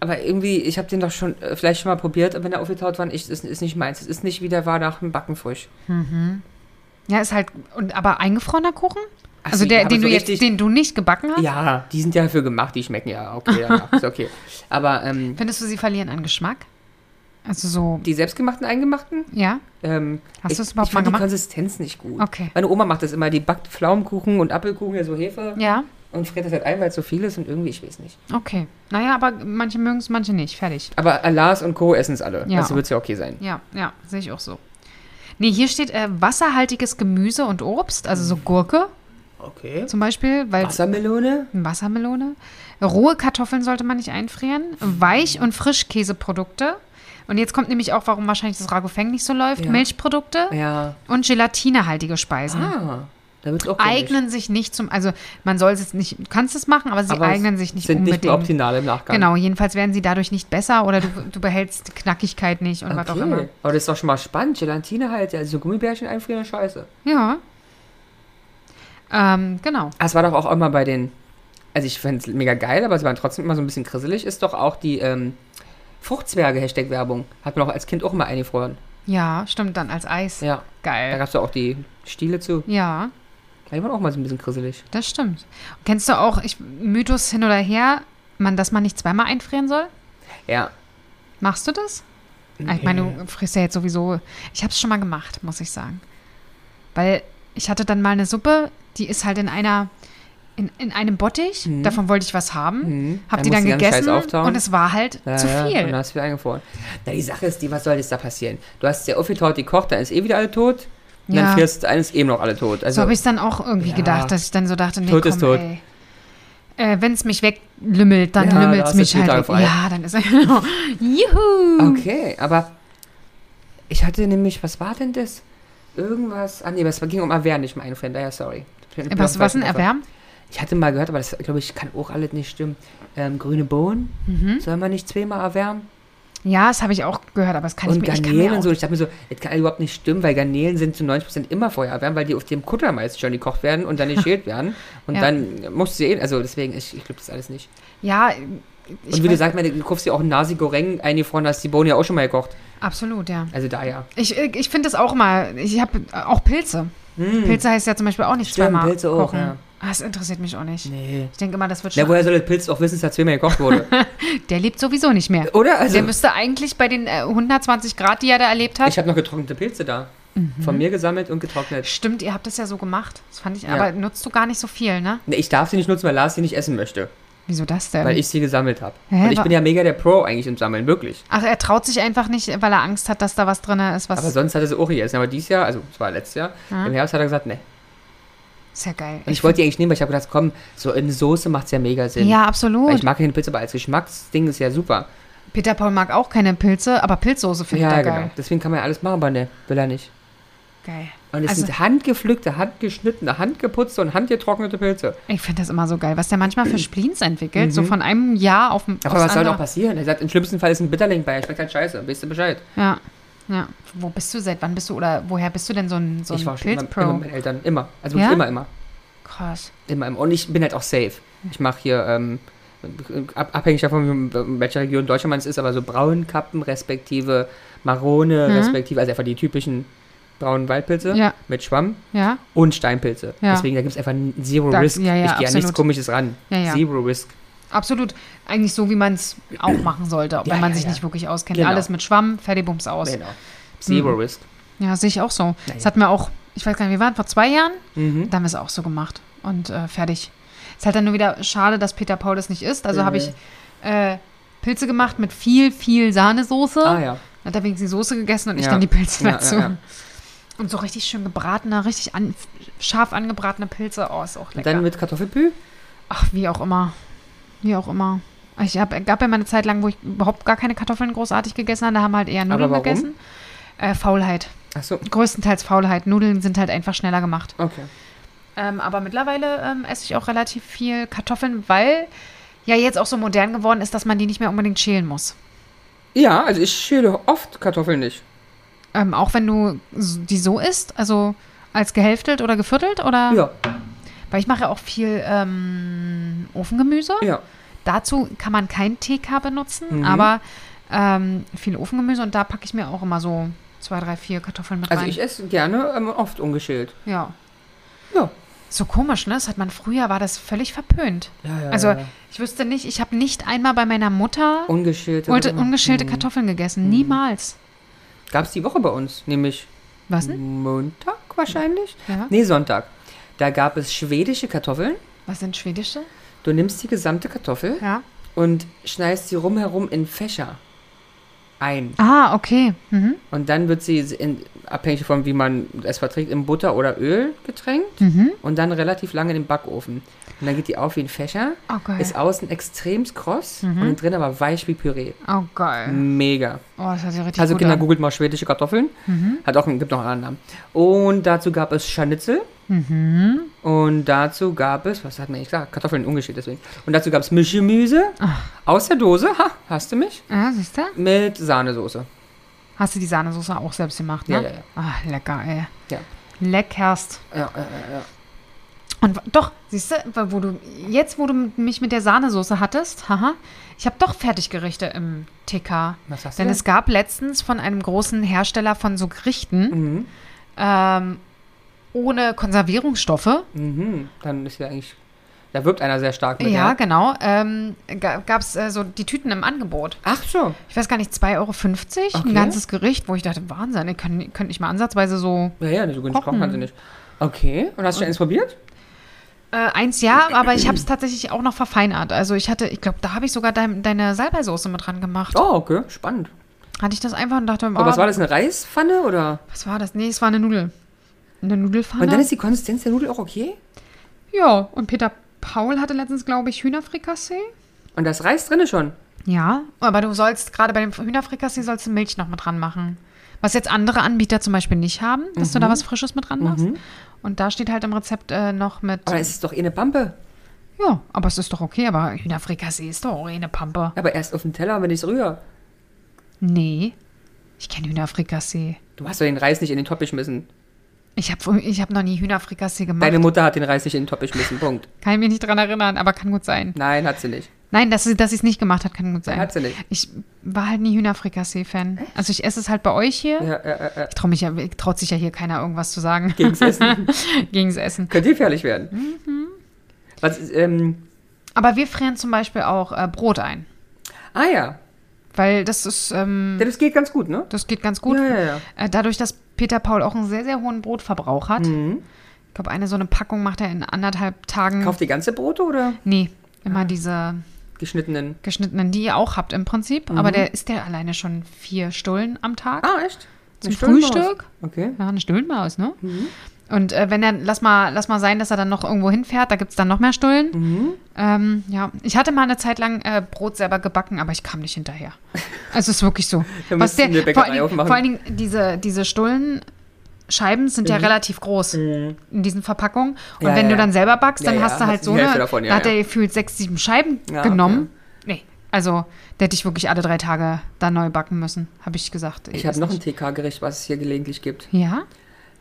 B: aber irgendwie, ich habe den doch schon, äh, vielleicht schon mal probiert, und wenn er aufgetaut war, ich, ist, ist nicht meins. Es ist nicht wie der war nach dem Backen frisch.
A: Ja, ist halt. Und, aber eingefrorener Kuchen? Also
B: die
A: der,
B: haben
A: den
B: so
A: du jetzt,
B: richtig-
A: den du nicht gebacken hast?
B: Ja, die sind ja dafür gemacht, die schmecken ja. Okay, ja, ist okay. Aber ähm,
A: Findest du, sie verlieren an Geschmack? Also so.
B: die selbstgemachten, eingemachten,
A: Ja?
B: ähm,
A: Hast
B: ich,
A: du's überhaupt
B: ich fand
A: mal
B: die
A: gemacht?
B: Konsistenz nicht gut.
A: Okay.
B: Meine Oma macht das immer, die backt Pflaumenkuchen und Apfelkuchen, ja so Hefe.
A: Ja?
B: Und friert das halt ein, weil es so viel ist und irgendwie, ich weiß nicht.
A: Okay. Naja, aber manche mögen es, manche nicht. Fertig.
B: Aber Lars und Co. essen es alle.
A: Ja.
B: Also wird es ja okay sein.
A: Ja, ja, sehe ich auch so. Nee, hier steht äh, wasserhaltiges Gemüse und Obst, also
B: Hm.
A: so Gurke
B: Okay.
A: zum Beispiel, weil
B: Wassermelone?
A: Wassermelone. Rohe Kartoffeln sollte man nicht einfrieren. Weich- und Frischkäseprodukte. Und jetzt kommt nämlich auch, warum wahrscheinlich das Ragofeng nicht so läuft.
B: Ja.
A: Milchprodukte
B: Ja.
A: und gelatinehaltige Speisen.
B: Ah, da wird es auch komisch.
A: Eignen sich nicht zum, also man soll es jetzt nicht, du kannst es machen, aber sie
B: Aber es
A: eignen sich nicht
B: sind nicht mehr
A: unbedingt.
B: optimal im Nachgang.
A: genau, jedenfalls werden sie dadurch nicht besser oder du, du behältst die Knackigkeit nicht und was auch immer.
B: Okay. Aber das ist doch schon mal spannend. Gelatine halt, also so Gummibärchen einfrieren, scheiße.
A: Ja. Ähm, genau.
B: Ah, Es war doch auch immer bei den, also ich fände es mega geil, aber sie waren trotzdem immer so ein bisschen grisselig, ist doch auch die ähm, Fruchtzwerge, Hashtag Werbung. Hat man auch als Kind auch immer eingefroren.
A: Ja, stimmt, dann als Eis.
B: Ja. Da
A: Geil.
B: gab es doch auch die Stiele zu.
A: Ja,
B: Die waren auch mal so ein bisschen grisselig.
A: das stimmt. Kennst du auch, ich, Mythos hin oder her, man, dass man nicht zweimal einfrieren soll?
B: Ja.
A: Machst du das? Ah, Ich meine, du frisst ja jetzt sowieso. Ich habe es schon mal gemacht, muss ich sagen. Weil ich hatte dann mal eine Suppe, die ist halt in einer in, in einem Bottich, davon wollte ich was haben,
B: Mhm.
A: hab die
B: musst
A: dann
B: du den ganzen Scheiß
A: gegessen
B: auftauen.
A: und es war halt
B: Ja,
A: zu
B: ja, Und
A: viel.
B: dann hast du wieder eingefroren. Na, die Sache ist die, was soll das da passieren? Du hast ja aufgetaut, die kocht, dann ist eh wieder alle tot. Und
A: Ja.
B: dann frierst du eines eben noch alle tot. Also,
A: so habe ich es dann auch irgendwie
B: Ja.
A: gedacht, dass ich dann so dachte, nee,
B: Tod
A: komm,
B: ist tot.
A: ey. Äh, Wenn es mich weglümmelt, dann
B: Ja, da
A: lümmelt es
B: hast du
A: mich
B: vier
A: halt.
B: Tage
A: weg.
B: frei.
A: Ja, dann ist er genau. Juhu!
B: okay, aber ich hatte nämlich, was war denn das? Irgendwas, ah nee, aber es ging um Erwärmen, nicht um Einfrieren, daher sorry. Ich
A: Was, was denn erwärmen?
B: Ich hatte mal gehört, aber das glaube ich kann auch alles nicht stimmen. Ähm, grüne Bohnen
A: Mhm.
B: soll man nicht zweimal erwärmen
A: Ja, das habe ich auch gehört, aber das kann
B: und
A: ich mir, ich kann mir
B: Garnelen
A: auch
B: und so. Ich dachte mir so, das kann überhaupt nicht stimmen, weil Garnelen sind zu 90% immer vorher erwärmt, weil die auf dem Kuttermais schon gekocht werden und dann geschält werden und
A: Ja.
B: dann musst du eh, also deswegen, ich, ich glaube das alles nicht.
A: Ja, äh,
B: Und
A: ich
B: wie du
A: weiß,
B: sagst, meine, du kaufst ja auch einen Nasi Goreng eingefroren, da hast die Bohnen ja auch schon mal gekocht.
A: absolut, ja.
B: Also daher.
A: Ich, ich finde das auch mal. Ich habe auch Pilze. Pilze heißt ja zum Beispiel auch nicht
B: Hm. Stimmt,
A: zweimal
B: Pilze auch,
A: kochen.
B: ja.
A: Ah, Das interessiert mich auch nicht.
B: Nee.
A: Ich denke immer, das wird
B: Na,
A: schon.
B: woher soll der Pilz auch wissen, dass er zweimal gekocht wurde?
A: der lebt sowieso nicht mehr.
B: Oder? Also,
A: Der müsste eigentlich bei den äh, 120 Grad, die er da erlebt hat.
B: ich habe noch getrocknete Pilze da.
A: Mhm.
B: Von mir gesammelt und getrocknet.
A: Stimmt, ihr habt das ja so gemacht. Das fand ich. Aber nutzt du gar nicht so viel, ne?
B: Nee, Ich darf sie nicht nutzen, weil Lars sie nicht essen möchte.
A: Wieso das denn?
B: Weil ich sie gesammelt habe.
A: Ähm. Hä,
B: Und ich
A: wa-
B: bin ja mega der Pro eigentlich im Sammeln, wirklich.
A: Ach, er traut sich einfach nicht, weil er Angst hat, dass da was drin ist. Was
B: Aber sonst hatte sie auch gegessen. Aber dieses Jahr, also es war letztes Jahr, im Herbst hat er gesagt, nee.
A: ist ja geil.
B: Und ich wollte die eigentlich nehmen, weil ich habe gedacht, komm, so in Soße macht es ja mega Sinn.
A: ja,
B: Weil
A: absolut.
B: ich mag keine Pilze, aber als Geschmacksding ist ja super.
A: Peter Paul mag auch keine Pilze, aber Pilzsoße findet
B: Ja,
A: er
B: genau.
A: geil.
B: Deswegen kann man ja alles machen, aber ne, will er nicht.
A: Geil.
B: Und es
A: Also-
B: sind handgepflückte, handgeschnittene, handgeputzte und handgetrocknete Pilze.
A: Ich finde das immer so geil, was der manchmal für Spleens entwickelt, so von einem Jahr auf dem
B: Mhm. Aber was soll noch passieren? Er sagt, im schlimmsten Fall ist ein Bitterling bei, schmeckt halt scheiße, weißt du Bescheid.
A: Ja. Ja. Wo bist du, seit wann bist du oder woher bist du denn so ein, so
B: ich
A: ein
B: war schon immer, immer
A: Pilzpro?
B: mit meinen Eltern, immer. Also wirklich
A: Ja?
B: immer, immer,
A: Krass.
B: immer, immer. Und ich bin halt auch safe. Ich mache hier, ähm, ab- abhängig davon, wie- welche Region Deutschland man es ist, aber so Braunkappen respektive Marone
A: Mhm.
B: respektive, also einfach die typischen braunen Waldpilze
A: Ja.
B: mit Schwamm.
A: Ja,
B: und Steinpilze.
A: Ja.
B: Deswegen, da gibt es einfach n- Zero
A: Da-
B: Risk.
A: ja, ja,
B: ich gehe an nichts
A: absolut.
B: Komisches ran.
A: Ja, ja.
B: Zero Risk.
A: absolut. Eigentlich so, wie man es auch machen sollte, auch
B: Ja,
A: wenn man
B: ja,
A: sich
B: ja.
A: nicht wirklich auskennt.
B: Genau.
A: Alles mit Schwamm, Fertigbums aus. Mhm.
B: Genau. Zero Risk.
A: Ja, sehe ich auch so.
B: Naja.
A: Das hatten wir auch, ich weiß gar nicht, wir waren vor zwei Jahren,
B: Mhm.
A: da haben wir es auch so gemacht und äh, fertig. Ist halt dann nur wieder schade, dass Peter Paul das nicht isst. Also habe ich
B: Mhm.
A: äh, Pilze gemacht mit viel, viel Sahnesoße.
B: Ah ja.
A: Dann hat er wenigstens die Soße gegessen und ich
B: Ja.
A: dann die Pilze
B: Ja,
A: dazu.
B: ja, ja.
A: Und so richtig schön gebratene, richtig an, scharf angebratene Pilze. Oh, ist auch
B: Und
A: lecker.
B: dann mit Kartoffelpü?
A: Ach, wie auch immer. Wie auch immer. Ich hab, gab ja mal eine Zeit lang, wo ich überhaupt gar keine Kartoffeln großartig gegessen habe. Da haben wir halt eher Nudeln
B: warum?
A: gegessen. Äh, Faulheit.
B: Achso.
A: Größtenteils Faulheit. Nudeln sind halt einfach schneller gemacht.
B: Okay.
A: Ähm, aber mittlerweile ähm, esse ich auch relativ viel Kartoffeln, weil ja jetzt auch so modern geworden ist, dass man die nicht mehr unbedingt schälen muss.
B: Ja, also ich schäle oft Kartoffeln nicht.
A: Ähm, auch wenn du s- die so isst, also als gehälftelt oder geviertelt oder?
B: Ja,
A: Weil ich mache ja auch viel ähm, Ofengemüse.
B: ja.
A: Dazu kann man keinen TK benutzen,
B: Mhm.
A: aber ähm, viel Ofengemüse und da packe ich mir auch immer so zwei, drei, vier Kartoffeln mit
B: Also
A: rein.
B: ich esse gerne ähm, oft ungeschält.
A: ja.
B: Ja.
A: So komisch, ne? Das hat man früher, war das völlig verpönt.
B: Ja, ja.
A: Also ich wüsste nicht, ich habe nicht einmal bei meiner Mutter
B: ungeschälte.
A: wollte ungeschälte
B: Mhm.
A: Kartoffeln gegessen. Niemals.
B: Gab es die Woche bei uns, nämlich
A: Was
B: Mhm.
A: denn?
B: Montag wahrscheinlich?
A: Ja.
B: Nee, Sonntag. Da gab es schwedische Kartoffeln.
A: Was sind schwedische?
B: Du nimmst die gesamte Kartoffel
A: Ja.
B: und schneidest sie rumherum in Fächer ein.
A: Ah, okay. Mhm.
B: Und dann wird sie, in, abhängig davon, wie man es verträgt, in Butter oder Öl getränkt
A: Mhm.
B: und dann relativ lange in den Backofen. Und dann geht die auf wie ein Fächer,
A: Oh geil.
B: ist außen extrem kross
A: Mhm.
B: und innen drin aber weich wie Püree.
A: oh geil.
B: Mega.
A: Oh, das hat sich richtig
B: Mhm. also
A: gut
B: Kinder,
A: an.
B: googelt mal schwedische Kartoffeln. Hat auch, einen- gibt noch einen anderen Namen. Und dazu gab es Scharnitzel. Mhm. Und dazu gab es, was hat man eigentlich gesagt? Kartoffeln ungeschält deswegen. Und dazu gab es Mischgemüse aus der Dose. Ha, hast du mich?
A: Ja, siehst du?
B: Mit Sahnesoße.
A: Hast du die Sahnesoße auch selbst gemacht, ne?
B: Ja, ja, ja.
A: Ach, lecker, ey.
B: Ja.
A: Leckerst.
B: Ja, ja, ja, ja.
A: Und w- doch, siehst du, wo du jetzt, wo du m- mich mit der Sahnesoße hattest, haha, ich habe doch Fertiggerichte im TK.
B: Was hast du?
A: Denn
B: denn?
A: es gab letztens von einem großen Hersteller von so Gerichten
B: mhm.
A: ähm, ohne Konservierungsstoffe,
B: Mhm, dann ist ja eigentlich. Da wirkt einer sehr stark mit.
A: ja,
B: ne?
A: genau, ähm, gab es äh, so die Tüten im Angebot.
B: Ach so.
A: Ich weiß gar nicht, 2,50 Euro,
B: Okay.
A: ein ganzes Gericht, wo ich dachte, Wahnsinn, ihr könnt, könnt nicht mal ansatzweise so
B: Ja, ja, so günstig
A: Kochen.
B: kochen kann sie nicht. Okay, und hast du eins probiert?
A: Äh, eins ja, aber ich habe es tatsächlich auch noch verfeinert. Also ich hatte, ich glaube, da habe ich sogar dein, deine Salbeisoße mit dran gemacht.
B: Oh, okay, spannend.
A: Hatte ich das einfach und dachte, oh,
B: Aber was war das, eine Reispfanne oder?
A: was war das? Nee, es war eine Nudel. Eine Nudelpfanne.
B: Und dann ist die Konsistenz der Nudel auch okay?
A: ja, und Peter Paul hatte letztens, glaube ich, Hühnerfrikassee.
B: Und das Reis drinne schon.
A: Ja, aber du sollst, gerade bei dem Hühnerfrikassee, sollst du Milch noch mit dran machen. Was jetzt andere Anbieter zum Beispiel nicht haben, dass
B: Mhm.
A: du da was Frisches mit dran machst. Und da steht halt im Rezept äh, noch mit,
B: Aber es ist doch eh eine Pampe.
A: ja, aber es ist doch okay, aber Hühnerfrikassee ist doch auch eh eine Pampe.
B: Aber erst auf dem Teller, wenn ich es rühre.
A: Nee, ich kenne Hühnerfrikassee.
B: Du hast doch den Reis nicht in den Topf geschmissen.
A: Ich habe ich hab noch nie Hühnerfrikassee gemacht.
B: Deine Mutter hat den Reis nicht in den Topf geschmissen. Punkt.
A: kann ich mich nicht dran erinnern, aber kann gut sein.
B: Nein, hat sie nicht.
A: Nein, dass sie dass es nicht gemacht hat, kann gut sein.
B: Hat sie nicht.
A: Ich war halt nie Hühnerfrikassee-Fan. Also ich esse es halt bei euch hier.
B: Ja, ja, ja, ja.
A: Ich trau mich ja, traut sich ja hier keiner irgendwas zu sagen
B: Gegen's Essen. Mhm.
A: gegens Essen.
B: Könnte gefährlich werden. Was, ähm,
A: Aber wir frieren zum Beispiel auch äh, Brot ein.
B: ah ja,
A: Weil das ist, ähm,
B: Ja, das geht ganz gut, ne?
A: das geht ganz gut.
B: Ja, ja, ja.
A: Äh, dadurch, dass Peter Paul auch einen sehr, sehr hohen Brotverbrauch hat.
B: Mhm.
A: Ich glaube, eine so eine Packung macht er in anderthalb Tagen.
B: Kauft ihr ganze Brote oder
A: nee,
B: Ah.
A: immer diese
B: geschnittenen?
A: geschnittenen, die ihr auch habt im Prinzip.
B: Mhm.
A: Aber der isst ja alleine schon vier Stullen am Tag.
B: Ah, echt?
A: Zum
B: Eine Stullenmaus.
A: Frühstück?
B: Okay.
A: Ja, eine Stullenmaus, ne?
B: Mhm.
A: Und äh, wenn er, lass mal, lass mal sein, dass er dann noch irgendwo hinfährt, da gibt es dann noch mehr Stullen.
B: Mhm.
A: Ähm, ja, ich hatte mal eine Zeit lang äh, Brot selber gebacken, aber ich kam nicht hinterher. Also es ist wirklich so.
B: Da
A: Was
B: müssten
A: der,
B: wir Bäckerei
A: vor, allen Dingen,
B: aufmachen.
A: vor allen Dingen diese, diese Stullenscheiben sind ja relativ groß in diesen Verpackungen. Und
B: Mhm. Ja,
A: wenn
B: ja,
A: du
B: ja.
A: dann selber backst,
B: Ja,
A: dann
B: ja,
A: hast du halt
B: hast
A: so
B: die
A: eine.
B: Hälfte davon, ja,
A: da hat
B: ja.
A: er gefühlt sechs, sieben Scheiben
B: Ja,
A: genommen. Nee, also der hätte ich wirklich alle drei Tage da neu backen müssen, habe ich gesagt.
B: Ich habe
A: esse
B: noch ein
A: nicht.
B: TK-Gericht, was es hier gelegentlich gibt.
A: Ja?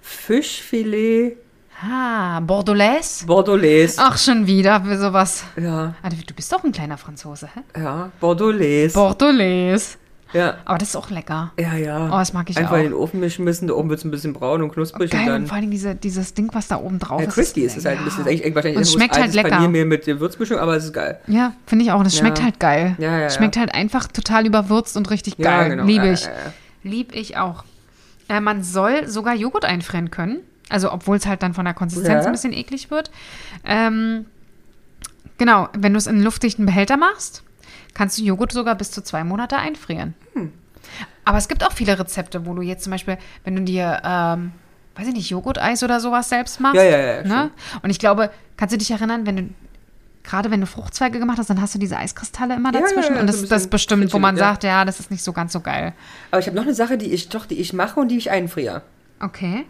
B: Fischfilet
A: Ah, Bordelaise?
B: Bordelaise.
A: Ach, schon wieder für sowas.
B: Ja,
A: Ah, Du bist doch ein kleiner Franzose, hä?
B: ja, Bordelaise.
A: Bordelaise.
B: ja,
A: Aber das ist auch lecker.
B: ja, ja.
A: Oh, das mag ich
B: Einfach
A: auch. Oh,
B: in den Ofen mischen müssen, da oben wird es ein bisschen braun und knusprig
A: Geil, und
B: und
A: vor
B: dann...
A: allem diese, dieses Ding, was da oben drauf
B: Ja,
A: ist.
B: crispy ist es halt ein bisschen. Ist eigentlich, wahrscheinlich
A: Und
B: ist
A: es schmeckt halt
B: altes
A: lecker.
B: Paniermehl mit der Würzmischung, aber es ist geil.
A: Ja, finde ich auch. Und es schmeckt
B: Ja.
A: halt geil.
B: Ja, ja,
A: schmeckt halt einfach total überwürzt und richtig
B: Ja,
A: geil.
B: genau.
A: Liebe
B: Ja,
A: ich.
B: ja, ja.
A: Lieb ich auch. Äh, man soll sogar Joghurt einfrieren können. Also, obwohl es halt dann von der Konsistenz
B: Ja.
A: ein bisschen eklig wird. Ähm, genau, wenn du es in einen luftdichten Behälter machst, kannst du Joghurt sogar bis zu zwei Monate einfrieren.
B: Hm.
A: Aber es gibt auch viele Rezepte, wo du jetzt zum Beispiel, wenn du dir, ähm, weiß ich nicht, Joghurt-Eis oder sowas selbst machst.
B: Ja, ja, ja,
A: ne? Und ich glaube, kannst du dich erinnern, wenn du, gerade wenn du Fruchtzweige gemacht hast, dann hast du diese Eiskristalle immer
B: Ja, ja,
A: dazwischen.
B: ja,
A: und
B: so
A: das,
B: ein
A: das ist
B: bisschen
A: bestimmt, wo man
B: fidgety, ja.
A: sagt, ja, das ist nicht so ganz so geil.
B: Aber ich habe noch eine Sache, die ich doch, die ich mache und die ich einfriere.
A: Okay.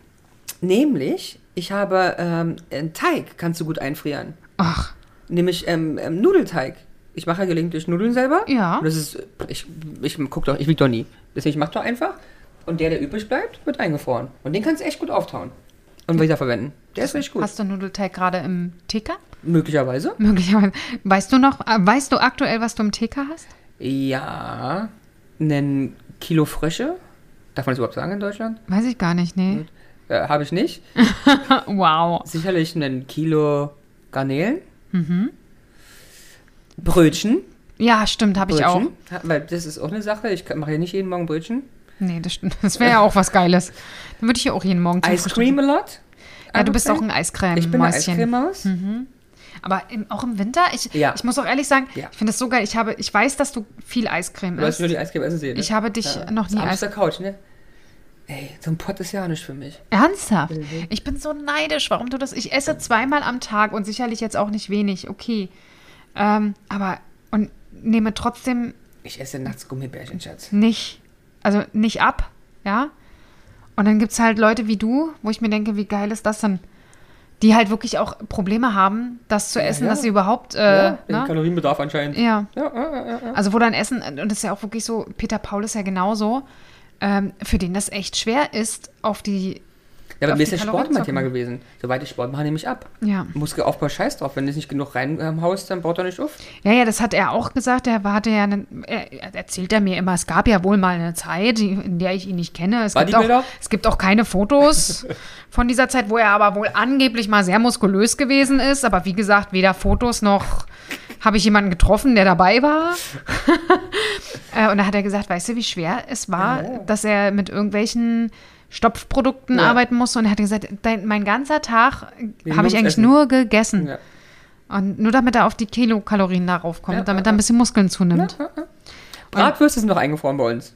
B: Nämlich, ich habe ähm, einen Teig, kannst du gut einfrieren.
A: Ach,
B: Nämlich ähm, ähm, Nudelteig. Ich mache ja gelegentlich Nudeln selber.
A: Ja.
B: Und das ist, ich, ich guck doch, ich wiege doch nie. Deswegen, ich mache doch einfach. Und der, der übrig bleibt, wird eingefroren. Und den kannst du echt gut auftauen. Und weiterverwenden. Der ist richtig gut.
A: hast du Nudelteig gerade im Ticker?
B: Möglicherweise.
A: Möglicherweise. Weißt du noch, äh, weißt du aktuell, was du im Ticker hast?
B: Ja. Nen Kilo Frösche. Darf man das überhaupt sagen in Deutschland?
A: Weiß ich gar nicht, nee.
B: Äh, Habe ich nicht.
A: Wow.
B: Sicherlich nen Kilo Garnelen. Mhm. Brötchen.
A: Ja, stimmt, habe ich auch.
B: Brötchen. Ha- Weil das ist auch eine Sache. Ich mache ja nicht jeden Morgen Brötchen.
A: Nee, das stimmt. Das wäre ja auch was Geiles. Dann würde ich ja auch jeden Morgen zum
B: Ice
A: Frühstück-
B: Cream a lot.
A: Ja, du bist auch ein Mhm.
B: Ich bin eine
A: Eiscreme-Mäuschen.
B: Eiscreme-Maus.
A: Aber im, auch im Winter? Ich,
B: Ja.
A: ich muss auch ehrlich sagen,
B: Ja.
A: ich finde das so geil. Ich, habe, ich weiß, dass du viel Eiscreme
B: Du hast
A: isst.
B: nur die Eiscreme essen sehen. Ne?
A: Ich habe dich noch nie
B: Abends
A: Eis...
B: auf der Couch, ne? Ey, so ein Pott ist ja nicht für mich.
A: Ernsthaft?
B: Mhm.
A: Ich bin so neidisch, warum du das? Ich esse zweimal am Tag und sicherlich jetzt auch nicht wenig, okay. Ähm, aber und nehme trotzdem
B: Ich esse nachts Gummibärchen, Schatz.
A: nicht, also nicht ab, ja. Und dann gibt es halt Leute wie du, wo ich mir denke, wie geil ist das denn? Die halt wirklich auch Probleme haben, das zu essen,
B: ja.
A: dass sie überhaupt. Äh,
B: den
A: ne?
B: Kalorienbedarf anscheinend.
A: ja.
B: Ja, ja, ja, ja.
A: Also wo dann Essen, und das ist ja auch wirklich so, Peter Paul ist ja genauso, ähm, für den das echt schwer ist, auf die,
B: ja aber
A: Auf
B: mir ist
A: die
B: der Sport
A: Kalorien
B: mein
A: zocken.
B: Thema gewesen. Soweit ich Sport mache, nehme ich ab.
A: ja.
B: Muskelaufbau, scheiß drauf. Wenn du es nicht genug reinhaust, dann baut er nicht auf.
A: Ja, ja, das hat er auch gesagt. Er hatte ja, einen, er, er erzählt er mir immer, es gab ja wohl mal eine Zeit, die- in der ich ihn nicht kenne. Es gibt, auch,
B: Bodybuilder?
A: es gibt auch keine Fotos von dieser Zeit, wo er aber wohl angeblich mal sehr muskulös gewesen ist. Aber wie gesagt, weder Fotos noch habe ich jemanden getroffen, der dabei war. Äh, Und da hat er gesagt, weißt du, wie schwer es war, dass er mit irgendwelchen Stopfprodukten
B: Ja.
A: arbeiten musste. Und er hat gesagt, dein, mein ganzer Tag äh,
B: Wegen
A: habe
B: ums
A: ich eigentlich
B: Essen.
A: nur gegessen.
B: Ja.
A: Und nur damit er auf die Kilokalorien darauf kommt,
B: Ja, äh,
A: damit
B: ja,
A: er ein bisschen Muskeln zunimmt.
B: Bratwürste sind noch eingefroren bei uns.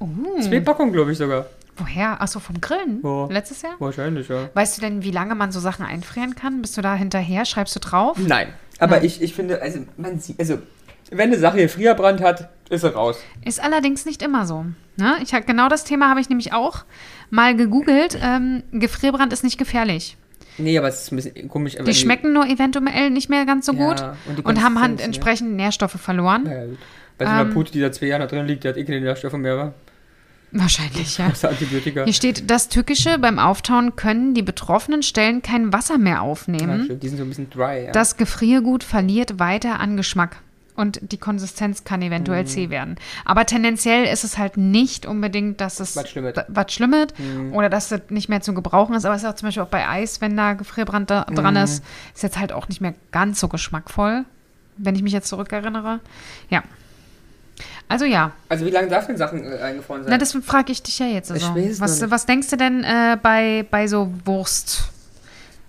A: Oh.
B: Zwei Packungen, glaube ich sogar.
A: Woher? Achso, vom Grillen?
B: Ja.
A: Letztes Jahr?
B: Wahrscheinlich, ja.
A: Weißt du denn, wie lange man so Sachen einfrieren kann? Bist du da hinterher? Schreibst du drauf?
B: Nein. Aber
A: Nein.
B: Ich, ich finde, also, man sieht, also, wenn eine Sache hier Frierbrand hat, ist sie raus.
A: Ist allerdings nicht immer so. Ne? Ich hab, genau das Thema habe ich nämlich auch mal gegoogelt. Ähm, Gefrierbrand ist nicht gefährlich.
B: Nee, aber es ist ein bisschen komisch. aber
A: Die schmecken nur eventuell nicht mehr ganz so
B: Ja,
A: gut
B: und die
A: und, haben halt
B: Konsistenz, ne?
A: entsprechend Nährstoffe verloren.
B: Ja, gut. Bei so einer
A: Ähm.
B: Pute, die da zwei Jahre da drin liegt, die hat eh keine Nährstoffe mehr, wa?
A: Wahrscheinlich, ja.
B: außer Antibiotika.
A: Hier steht, das Tückische beim Auftauen können die betroffenen Stellen kein Wasser mehr
B: Ja,
A: aufnehmen.
B: stimmt, die sind so ein bisschen dry, ja.
A: Das Gefriergut verliert weiter an Geschmack. und die Konsistenz kann
B: Mhm.
A: eventuell zäh werden. Aber tendenziell ist es halt nicht unbedingt, dass es
B: Was schlimmert. Mhm.
A: da- was schlimmert oder dass es nicht mehr zu gebrauchen ist. Aber es ist auch zum Beispiel auch bei Eis, wenn da Gefrierbrand
B: Mhm.
A: da, dran ist, ist jetzt halt auch nicht mehr ganz so geschmackvoll, wenn ich mich jetzt zurückerinnere. Ja. Also ja,
B: Also wie lange darf denn Sachen äh, eingefroren sein?
A: na, das frage ich dich ja jetzt. Also.
B: Ich weiß noch
A: was,
B: nicht.
A: was denkst du denn äh, bei, bei so Wurst?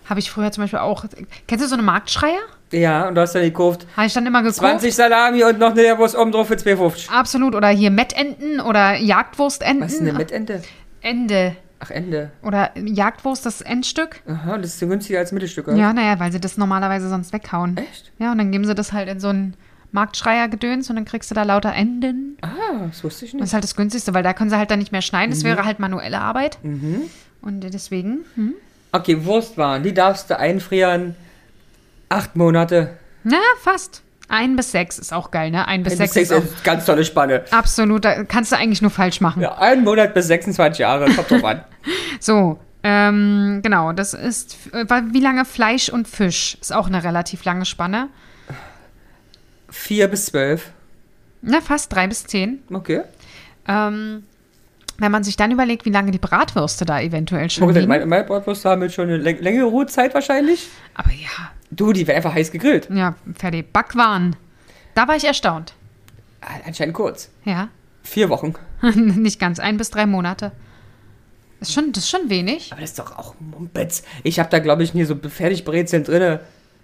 A: Habe ich früher zum Beispiel auch. Kennst du so eine Marktschreier?
B: ja, und du hast dann gekauft
A: Habe ich dann immer geguckt.
B: 20 Salami und noch eine Leberwurst oben drauf für 2,50.
A: Absolut. Oder hier Mettenten oder Jagdwurstenten.
B: Was ist denn eine Mettende?
A: Ende.
B: Ach, Ende.
A: Oder Jagdwurst, das Endstück.
B: Aha, das ist so günstiger als Mittelstück, oder?
A: Ja, naja, weil sie das normalerweise sonst weghauen.
B: Echt?
A: Ja, und dann geben sie das halt in so einen Marktschreier-Gedöns und dann kriegst du da lauter Enden.
B: Ah, das wusste ich
A: Das
B: nicht.
A: ist halt das Günstigste, weil da können sie halt dann nicht mehr schneiden. Das wäre halt manuelle Arbeit. Und deswegen, hm.
B: Okay, Wurstwaren, die darfst du einfrieren. Acht Monate.
A: na, fast. Ein bis sechs ist auch geil, ne? Ein bis
B: Bis
A: sechs ist auch
B: ist ganz tolle Spanne.
A: absolut, da kannst du eigentlich nur falsch machen.
B: Ja, einen Monat bis 26 Jahre, kommt drauf an.
A: So, ähm, genau, das ist, äh, weil- wie lange Fleisch und Fisch? Ist auch eine relativ lange Spanne.
B: Vier bis zwölf.
A: Na, fast drei bis zehn.
B: Okay.
A: Ähm, wenn man sich dann überlegt, wie lange die Bratwürste da eventuell schon
B: Meine,
A: liegen.
B: meine Bratwürste haben jetzt schon eine läng- längere Ruhezeit wahrscheinlich.
A: Aber ja,
B: Du, die werden einfach heiß gegrillt.
A: ja, Ferdi, Backwaren. Da war ich erstaunt.
B: Ah, Anscheinend kurz.
A: Ja,
B: Vier Wochen.
A: nicht ganz, ein bis drei Monate. Ist schon, das ist schon wenig.
B: Aber das ist doch auch Mumpitz. Ich habe da, glaube ich, nie so Fertigbrezeln drin.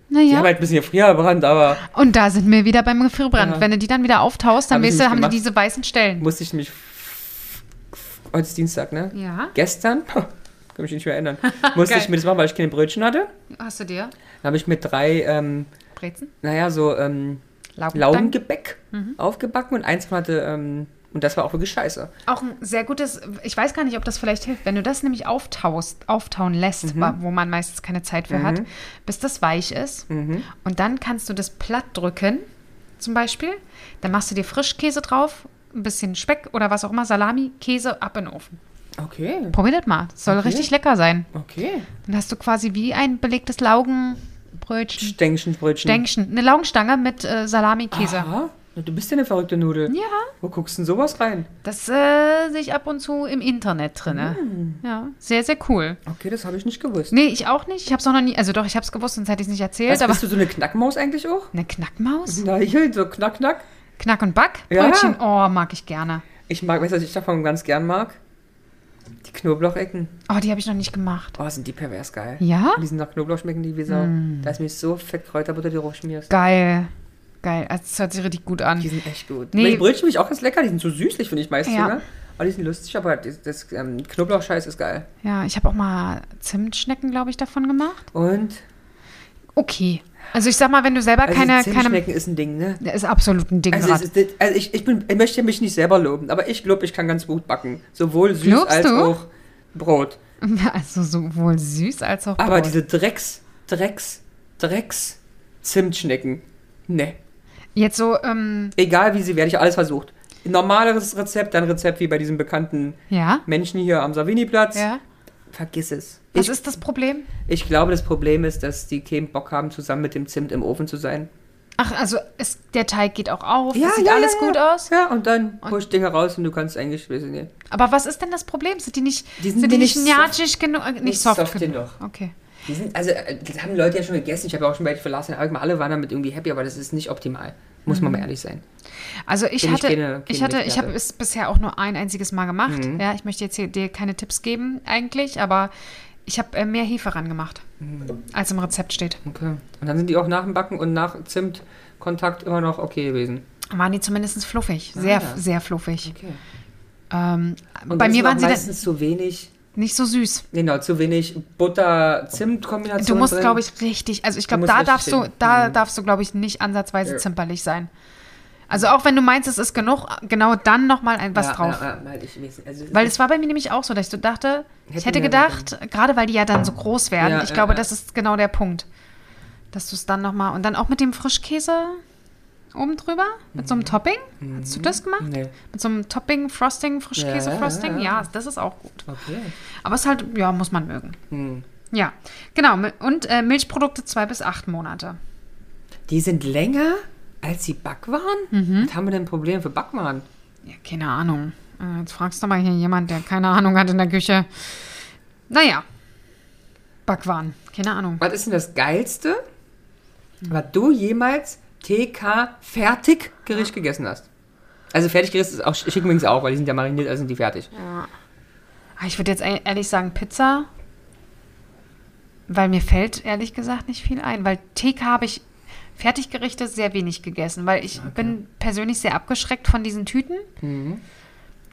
B: Die
A: Naja,
B: haben halt ein bisschen Gefrierbrand, aber
A: und da sind wir wieder beim Gefrierbrand.
B: Ja.
A: Wenn du die dann wieder auftaust, dann
B: Hab ich
A: weißt du,
B: nicht
A: haben die
B: gemacht.
A: diese weißen Stellen.
B: musste ich mich. Heute ist Dienstag, ne?
A: Ja,
B: Gestern, kann mich nicht mehr erinnern, musste
A: Geil.
B: ich mir das machen, weil ich keine Brötchen hatte.
A: hast du dir?
B: Dann habe ich mir drei, ähm,
A: Brezen?
B: naja, so ähm,
A: Laugenstangen?
B: Laugengebäck aufgebacken und eins hatte, ähm, und das war auch wirklich scheiße.
A: Auch ein sehr gutes, ich weiß gar nicht, ob das vielleicht hilft, wenn du das nämlich auftaust, auftauen lässt,
B: Mhm.
A: wa- wo man meistens keine Zeit für hat, bis das weich ist.
B: Mhm.
A: Und dann kannst du das platt drücken, zum Beispiel. Dann machst du dir Frischkäse drauf, ein bisschen Speck oder was auch immer, Salami, Käse, ab in den Ofen.
B: Okay,
A: Probier das mal. Das soll richtig lecker sein.
B: okay.
A: Dann hast du quasi wie ein belegtes Laugenbrötchen.
B: Stängchenbrötchen.
A: Stängchen. Eine Laugenstange mit äh, Salami, Käse.
B: Aha, na, du bist ja eine verrückte Nudel.
A: Ja,
B: Wo guckst du denn sowas rein?
A: das äh, sehe ich ab und zu im Internet drinne.
B: Mhm.
A: Ja, sehr, sehr cool.
B: Okay, das habe ich nicht gewusst.
A: Nee, ich auch nicht. Ich hab's auch noch nie, also doch, ich hab's gewusst, sonst hätte ich's nicht erzählt,
B: Also,
A: aber
B: bist du so eine Knackmaus eigentlich auch?
A: eine Knackmaus?
B: Na, hier, so knack, knack.
A: Knack und Back?
B: Ja.
A: Brötchen? Oh, mag ich gerne.
B: Ich mag, weißt du, was ich davon ganz gern mag? Die Knoblauchecken.
A: Oh, die habe ich noch nicht gemacht.
B: Oh, sind die pervers geil.
A: Ja? Hm.
B: Und die sind nach Knoblauch schmecken die wie Sau. Da ist mir so fett Kräuterbutter, die rausschmierst.
A: Geil. Geil. Also, das hört sich richtig gut
B: Die
A: an.
B: sind echt gut.
A: Nee.
B: Nee. Die Brötchen finde ich auch ganz lecker. Die sind so süßlich, finde ich meistens.
A: Ja.
B: Ja. Aber die sind lustig, aber das, das ähm, Knoblauchscheiß ist geil.
A: Ja, ich habe auch mal Zimtschnecken, glaube ich, davon gemacht.
B: Und
A: Okay. Also ich sag mal, wenn du selber
B: also
A: keine, keine.
B: Zimtschnecken ist ein Ding, ne?
A: Das ist absolut ein Ding
B: Also, es
A: gerade.
B: ist, das- also ich, ich, bin, ich möchte mich nicht selber loben, aber ich glaube, ich kann ganz gut backen. Sowohl süß
A: Glaubst
B: als
A: du?
B: auch Brot.
A: Also sowohl süß als auch.
B: Aber
A: Brot.
B: diese Drecks, Drecks, Drecks Zimtschnecken. Ne.
A: Jetzt so, ähm,
B: Egal wie sie werden, ich habe alles versucht. Ein normales Rezept, dann Rezept wie bei diesem bekannten
A: ja.
B: Menschen hier am Savini-Platz.
A: Ja.
B: Vergiss es.
A: Was
B: Ich,
A: ist das Problem?
B: ich glaube, das Problem ist, dass die keinen Bock haben, zusammen mit dem Zimt im Ofen zu sein.
A: Ach, also es, der Teig geht auch auf. es sieht alles gut aus.
B: Ja, und dann holst du Dinge raus und du kannst eigentlich wissen, nee.
A: Aber was ist denn das Problem? Sind die nicht,
B: Die
A: sind
B: sind
A: die
B: nicht
A: nicht, nervig genug? äh, Nicht,
B: nicht
A: soft,
B: soft
A: genug.
B: genug.
A: Okay.
B: Die sind, also, äh, das haben Leute ja schon gegessen. Ich habe ja auch schon welche verlassen. Aber alle waren damit irgendwie happy, aber das ist nicht optimal. Muss
A: Mhm.
B: man mal ehrlich sein.
A: Also ich
B: Bin ich
A: hatte, ich,
B: keine- Mhm. keine
A: hatte, ich habe
B: Experte.
A: es bisher auch nur ein einziges Mal gemacht. Ja, ich möchte jetzt hier dir keine Tipps geben eigentlich, aber ich habe äh, mehr Hefe ran gemacht,
B: Mhm.
A: als im Rezept steht.
B: Okay. Und dann sind die auch nach dem Backen und nach Zimtkontakt immer noch okay gewesen.
A: Waren die zumindest fluffig, sehr,
B: ja.
A: sehr fluffig.
B: Okay.
A: Ähm,
B: Ah. Und das
A: bei mir
B: ist auch
A: waren sie dann
B: meistens zu wenig.
A: nicht so süß.
B: Genau, zu wenig Butter-Zimt-Kombination.
A: Du musst,
B: drin.
A: glaube ich, richtig, also ich glaube,
B: musst
A: da
B: richtig
A: darfst du,
B: stehen.
A: da darfst du, glaube ich, nicht ansatzweise
B: Ja.
A: zimperlich sein. Also auch wenn du meinst, es ist genug, genau dann nochmal ein was
B: ja,
A: drauf.
B: Ja, ja, weil ich weiß nicht, also,
A: Weil es war bei mir nämlich auch so, dass ich so dachte, ich
B: Hätten
A: hätte
B: wir
A: gedacht, gerade weil die ja dann so groß werden,
B: Ja,
A: ich
B: ja,
A: glaube,
B: ja.
A: das ist genau der Punkt. Dass du es dann nochmal. Und dann auch mit dem Frischkäse oben drüber, mit
B: Mhm.
A: so einem Topping. Hast du das gemacht?
B: Nee.
A: Mit so einem Topping, Frosting,
B: Mhm.
A: Frischkäse,
B: Ja, ja,
A: Frosting. Ja,
B: ja,
A: das ist auch gut.
B: Okay.
A: Aber es ist halt, ja, muss man mögen.
B: Mhm.
A: Ja, genau. mi- Und äh, Milchprodukte zwei bis acht Monate.
B: Die sind länger? Als sie Backwaren?
A: Mhm.
B: Was haben wir denn Probleme für Backwaren?
A: Ja, keine Ahnung. Äh, Jetzt fragst du mal hier jemand, der keine Ahnung hat in der Küche. Naja. Backwaren. Keine Ahnung.
B: Was ist denn das Geilste, was du jemals TK Fertiggericht gegessen hast? Also Fertiggericht ist auch, schicken wir uns auch, weil die sind ja mariniert, also sind die fertig.
A: Ah, Ich würde jetzt e- ehrlich sagen Pizza, weil mir fällt ehrlich gesagt nicht viel ein, weil TK habe ich Fertiggerichte sehr wenig gegessen, weil ich bin persönlich sehr abgeschreckt von diesen Tüten.
B: Mhm.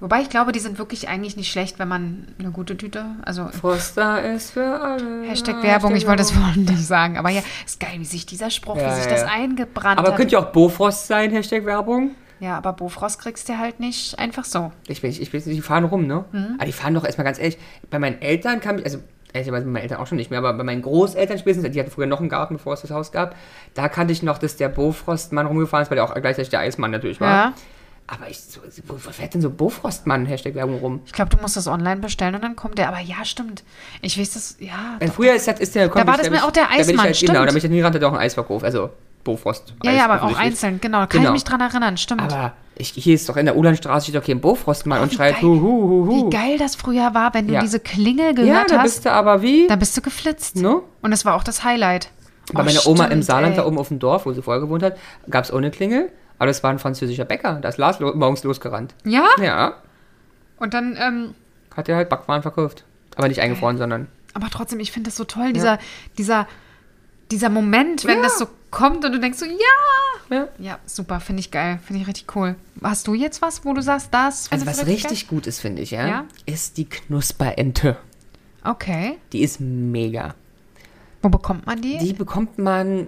A: Wobei ich glaube, die sind wirklich eigentlich nicht schlecht, wenn man eine gute Tüte, also
B: Froster ist für alle.
A: Hashtag Werbung, ich wollte es vorhin nicht sagen, aber ja, ist geil, wie sich dieser Spruch,
B: Ja,
A: wie sich
B: ja.
A: das eingebrannt
B: Aber
A: hat.
B: könnte ja auch Bofrost sein, Hashtag Werbung.
A: ja, aber Bofrost kriegst du halt nicht einfach so.
B: Ich bin, ich bin, die fahren rum, ne?
A: Mhm.
B: Aber die fahren doch erstmal ganz ehrlich. Bei meinen Eltern kam ich, also ehrlicherweise bei meinen Eltern auch schon nicht mehr, aber bei meinen Großeltern spätestens, die hatten früher noch einen Garten, bevor es das Haus gab, da kannte ich noch, dass der Bofrostmann rumgefahren ist, weil der auch gleichzeitig der Eismann natürlich war.
A: Ja.
B: Aber ich, so, wo, wo fährt denn so Bofrostmann, Hashtag Werbung rum?
A: Ich glaube, du musst das online bestellen und dann kommt der. Aber ja, stimmt. Ich weiß das, ja.
B: Weil Also früher ist, das, ist der
A: war das mir auch der
B: Da bin ich
A: Eismann,
B: halt, genau, da
A: stimmt.
B: bin ich halt nie ran, der auch einen Eisverkauf, also Bofrost.
A: Ja,
B: Eis
A: ja, aber auch
B: offensichtlich.
A: einzeln, genau. Da kann
B: Genau.
A: ich mich dran erinnern, stimmt.
B: Aber ich, hier ist doch in der Ulanstraße steht doch kein Bofrostmann und
A: wie
B: schreit
A: geil.
B: hu, hu, hu, hu.
A: Wie geil das früher war, wenn du
B: Ja.
A: diese Klingel
B: ja,
A: gehört
B: da
A: hast,
B: bist du aber wie?
A: dann bist du geflitzt.
B: Ne?
A: Und das war auch das Highlight.
B: Bei
A: Oh,
B: meiner Oma im
A: stimmt,
B: Saarland, um-
A: ey.
B: da oben auf dem Dorf, wo sie vorher gewohnt hat, gab es auch eine Klingel. Aber das war ein französischer Bäcker. Da ist Lars lo morgens losgerannt.
A: Ja?
B: Ja,
A: Und dann, ähm,
B: hat er halt Backwaren verkauft. Aber nicht eingefroren, sondern.
A: aber trotzdem, ich finde das so toll, dieser, dieser, dieser Moment, wenn
B: Ja.
A: das so kommt und du denkst so, ja!
B: Ja.
A: Ja, super, finde ich geil, finde ich richtig cool. Hast du jetzt was, wo du sagst, das?
B: Also,
A: findest
B: was
A: du
B: richtig gut ist, finde ich, ja,
A: Ja.
B: ist die Knusperente.
A: geil? Okay.
B: Die ist mega.
A: Wo bekommt man die?
B: Die bekommt man